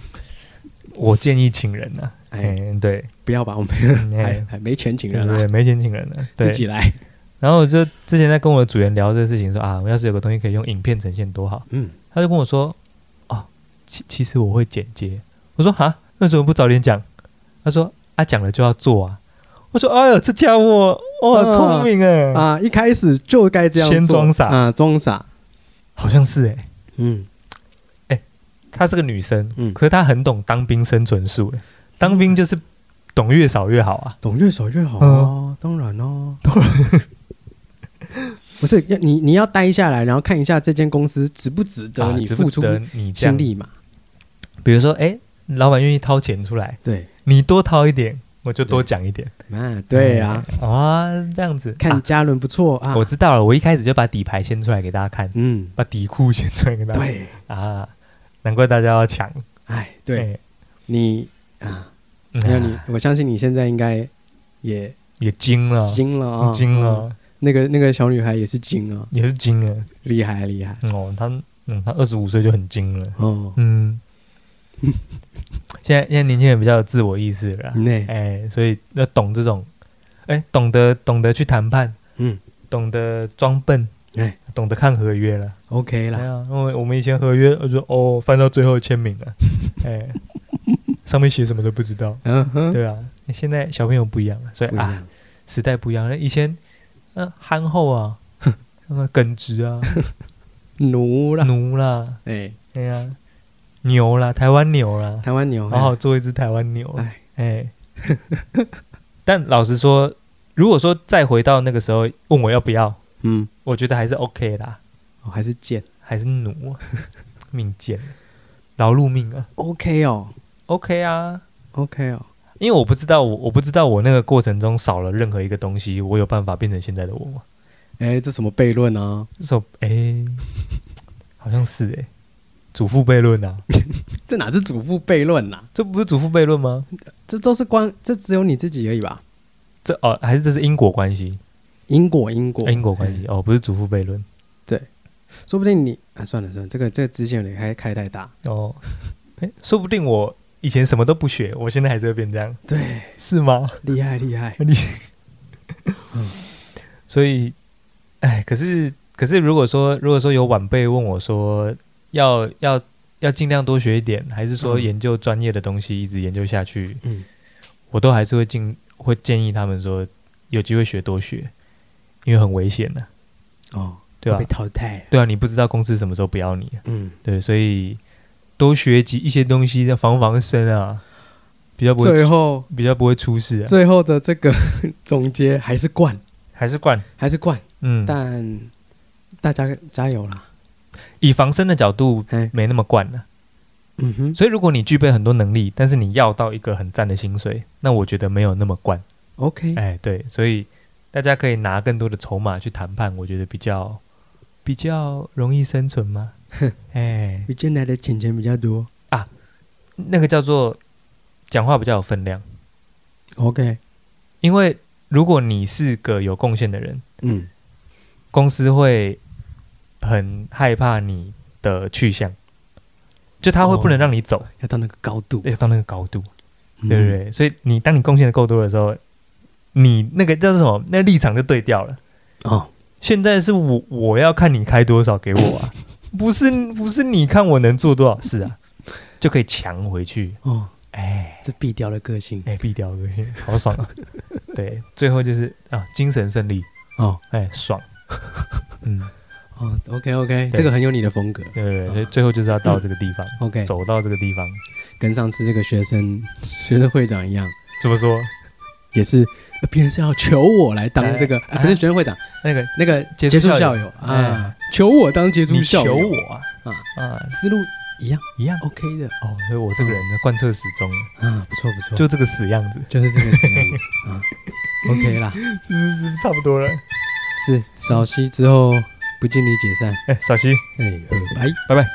[SPEAKER 2] 我建议请人呐、啊，哎、
[SPEAKER 1] 哎，
[SPEAKER 2] 对，
[SPEAKER 1] 不要吧，我们
[SPEAKER 2] 嗯
[SPEAKER 1] 还
[SPEAKER 2] 哎
[SPEAKER 1] 还没钱请
[SPEAKER 2] 对
[SPEAKER 1] 人
[SPEAKER 2] 对，
[SPEAKER 1] 啦，
[SPEAKER 2] 没钱请人了、
[SPEAKER 1] 自
[SPEAKER 2] 对。
[SPEAKER 1] 己来。
[SPEAKER 2] 然后我就之前在跟我的组员聊这个事情说啊，我要是有个东西可以用影片呈现多好。
[SPEAKER 1] 嗯，
[SPEAKER 2] 他就跟我说：“哦，其其实我会剪接。”我说：“哈，为什么不早点讲？”他说：“啊，讲了就要做啊。”我说：“哎呦，这家伙哇，
[SPEAKER 1] 嗯
[SPEAKER 2] 聪明哎、
[SPEAKER 1] 啊，一开始就该这样做
[SPEAKER 2] 先装傻
[SPEAKER 1] 啊，装傻。
[SPEAKER 2] 好像是哎、
[SPEAKER 1] 嗯，
[SPEAKER 2] 她是个女生，
[SPEAKER 1] 嗯
[SPEAKER 2] 可是她很懂当兵生存术哎、当兵就是懂越少越好啊。
[SPEAKER 1] 懂越少越好
[SPEAKER 2] 嗯
[SPEAKER 1] 啊，当然 哦，当然。不是，要你你要待下来，然后看一下这间公司值不值得
[SPEAKER 2] 啊
[SPEAKER 1] 你
[SPEAKER 2] 值不
[SPEAKER 1] 付
[SPEAKER 2] 值
[SPEAKER 1] 出
[SPEAKER 2] 得你这
[SPEAKER 1] 心
[SPEAKER 2] 样？
[SPEAKER 1] 力嘛？
[SPEAKER 2] 比如说，哎、老板愿意掏钱出来，
[SPEAKER 1] 对，
[SPEAKER 2] 你多掏一点，我就多讲一点。
[SPEAKER 1] 啊，对啊，
[SPEAKER 2] 哎，啊，这样子
[SPEAKER 1] 看
[SPEAKER 2] 啊
[SPEAKER 1] 嘉伦不错啊
[SPEAKER 2] 我，知道了，我一开始就把底牌先出来给大家看，
[SPEAKER 1] 嗯，
[SPEAKER 2] 把底裤先出来给大家看。
[SPEAKER 1] 对，
[SPEAKER 2] 啊，难怪大家要抢。
[SPEAKER 1] 哎，对
[SPEAKER 2] 哎，
[SPEAKER 1] 你啊，
[SPEAKER 2] 嗯
[SPEAKER 1] 还有
[SPEAKER 2] 啊
[SPEAKER 1] 你，我相信你现在应该也
[SPEAKER 2] 也精了，
[SPEAKER 1] 精了啊，
[SPEAKER 2] 精
[SPEAKER 1] 嗯
[SPEAKER 2] 了，
[SPEAKER 1] 那个那个小女孩也是精啊，
[SPEAKER 2] 也是精了。
[SPEAKER 1] 厉害厉害
[SPEAKER 2] 嗯哦，他嗯，他二十五岁就很精了。
[SPEAKER 1] 哦，
[SPEAKER 2] 嗯，现在现在年轻人比较有自我意识了啦，
[SPEAKER 1] 那
[SPEAKER 2] 哎，所以要懂这种，哎，懂得懂得去谈判，
[SPEAKER 1] 嗯
[SPEAKER 2] 懂得装笨，
[SPEAKER 1] 哎
[SPEAKER 2] 懂得看合约了。
[SPEAKER 1] OK
[SPEAKER 2] 对
[SPEAKER 1] 啦，
[SPEAKER 2] 啊，因为我们以前合约，我说哦，翻到最后签名了， 哎，上面写什么都不知道。
[SPEAKER 1] 嗯哼，
[SPEAKER 2] 对啊，现在小朋友不一样了，所以
[SPEAKER 1] 不一
[SPEAKER 2] 啊，
[SPEAKER 1] 样，
[SPEAKER 2] 时代不一样了。以前，嗯、憨厚啊，那么耿 直啊，
[SPEAKER 1] 奴啦，
[SPEAKER 2] 奴啦，
[SPEAKER 1] 哎，
[SPEAKER 2] 哎呀、牛啦，台湾牛啦，
[SPEAKER 1] 台湾牛，
[SPEAKER 2] 好好做一只台湾牛，哎
[SPEAKER 1] 哎，、
[SPEAKER 2] 但老实说，如果说再回到那个时候，问我要不要，
[SPEAKER 1] 嗯，哦
[SPEAKER 2] 我觉得还是 OK 啦，
[SPEAKER 1] 我还是贱，
[SPEAKER 2] 还是奴啊，命贱。劳碌命啊。
[SPEAKER 1] OK 哦
[SPEAKER 2] OK 啊，
[SPEAKER 1] ，OK 哦，
[SPEAKER 2] 因为我不知道我我不知道我那个过程中少了任何一个东西，我有办法变成现在的我吗？
[SPEAKER 1] 哎，这什么悖论啊？
[SPEAKER 2] 说哎、好像是哎、祖父悖论啊，
[SPEAKER 1] 这哪是祖父悖论呐、啊
[SPEAKER 2] 这不是祖父悖论吗？
[SPEAKER 1] 这都是关，这只有你自己而已吧？
[SPEAKER 2] 这哦，还是这是因果关系？
[SPEAKER 1] 因果，因果，
[SPEAKER 2] 因果关系、哦，不是祖父悖论
[SPEAKER 1] 说不定你啊，算了算了，这个这个支线有点开开太大。
[SPEAKER 2] 哦。哎、说不定我以前什么都不学，我现在还是会变这样，
[SPEAKER 1] 对，
[SPEAKER 2] 是吗？
[SPEAKER 1] 厉害厉害。
[SPEAKER 2] 你，所以，哎，可是可是，如果说如果说有晚辈问我说要要要尽量多学一点，还是说
[SPEAKER 1] 嗯
[SPEAKER 2] 研究专业的东西一直研究下去，
[SPEAKER 1] 嗯，
[SPEAKER 2] 我都还是会尽会建议他们说有机会学多学，因为很危险的、
[SPEAKER 1] 哦，
[SPEAKER 2] 对吧、
[SPEAKER 1] 被淘汰了。
[SPEAKER 2] 对啊，你不知道公司什么时候不要你，
[SPEAKER 1] 嗯，
[SPEAKER 2] 对，所以多学几一些东西，要防防身啊，比较不会
[SPEAKER 1] 最后
[SPEAKER 2] 比较不会出事啊。
[SPEAKER 1] 最后的这个 总结还是冠，
[SPEAKER 2] 还是惯，
[SPEAKER 1] 还是冠，
[SPEAKER 2] 嗯，
[SPEAKER 1] 但大家加油啦！
[SPEAKER 2] 以防身的角度
[SPEAKER 1] 哎，
[SPEAKER 2] 没那么惯啊了。
[SPEAKER 1] 嗯哼，
[SPEAKER 2] 所以如果你具备很多能力，但是你要到一个很赞的薪水，那我觉得没有那么惯。
[SPEAKER 1] OK，
[SPEAKER 2] 哎，对，所以大家可以拿更多的筹码去谈判，我觉得比较比较容易生存吗？哎，
[SPEAKER 1] 比进来的钱钱比较多。
[SPEAKER 2] 那个叫做讲话比较有分量，
[SPEAKER 1] OK，
[SPEAKER 2] 因为如果你是个有贡献的人，
[SPEAKER 1] 嗯，
[SPEAKER 2] 公司会很害怕你的去向，就他会不能让你走，哎
[SPEAKER 1] 要到那个高度，
[SPEAKER 2] 要到那个高度，
[SPEAKER 1] 嗯
[SPEAKER 2] 对不？对？所以你当你贡献的够多的时候，你那个叫做什么？那立场就对调了。
[SPEAKER 1] 哦，
[SPEAKER 2] 现在是我我要看你开多少给我 啊，不是不是你看我能做多少事啊，就可以强回去。
[SPEAKER 1] 哦，
[SPEAKER 2] 哎
[SPEAKER 1] 这必掉的个性。
[SPEAKER 2] 哎，毙掉恶心，好爽 啊！对，最后就是啊，精神胜利，
[SPEAKER 1] 哦
[SPEAKER 2] 哎， 爽。嗯，
[SPEAKER 1] 哦，OK OK，
[SPEAKER 2] 对
[SPEAKER 1] 这个很有你的风格。
[SPEAKER 2] 对对对，所以最后就是要到这个地方。
[SPEAKER 1] OK，
[SPEAKER 2] 走到这个地方，
[SPEAKER 1] 跟上次这个学生学生会长一样，
[SPEAKER 2] 怎么说？
[SPEAKER 1] 也是呃别人是要求我来当这个，
[SPEAKER 2] 哎
[SPEAKER 1] 啊不是学生会长，
[SPEAKER 2] 那个
[SPEAKER 1] 那个
[SPEAKER 2] 杰
[SPEAKER 1] 杰出
[SPEAKER 2] 出校友
[SPEAKER 1] 校友啊
[SPEAKER 2] 哎，
[SPEAKER 1] 求我当杰出
[SPEAKER 2] 你
[SPEAKER 1] 校
[SPEAKER 2] 求
[SPEAKER 1] 友，
[SPEAKER 2] 我啊啊，
[SPEAKER 1] 思路一样
[SPEAKER 2] 一样
[SPEAKER 1] OK 的
[SPEAKER 2] 哦，所以我这个人呢贯彻始终，
[SPEAKER 1] 啊，不错不错，
[SPEAKER 2] 就这个死样子，
[SPEAKER 1] 就是这个这样子啊，OK 啦，
[SPEAKER 2] 是不嗯是差不多了？
[SPEAKER 1] 是少息之后不尽力解散，
[SPEAKER 2] 哎，小西，
[SPEAKER 1] 哎，拜拜。
[SPEAKER 2] 拜拜。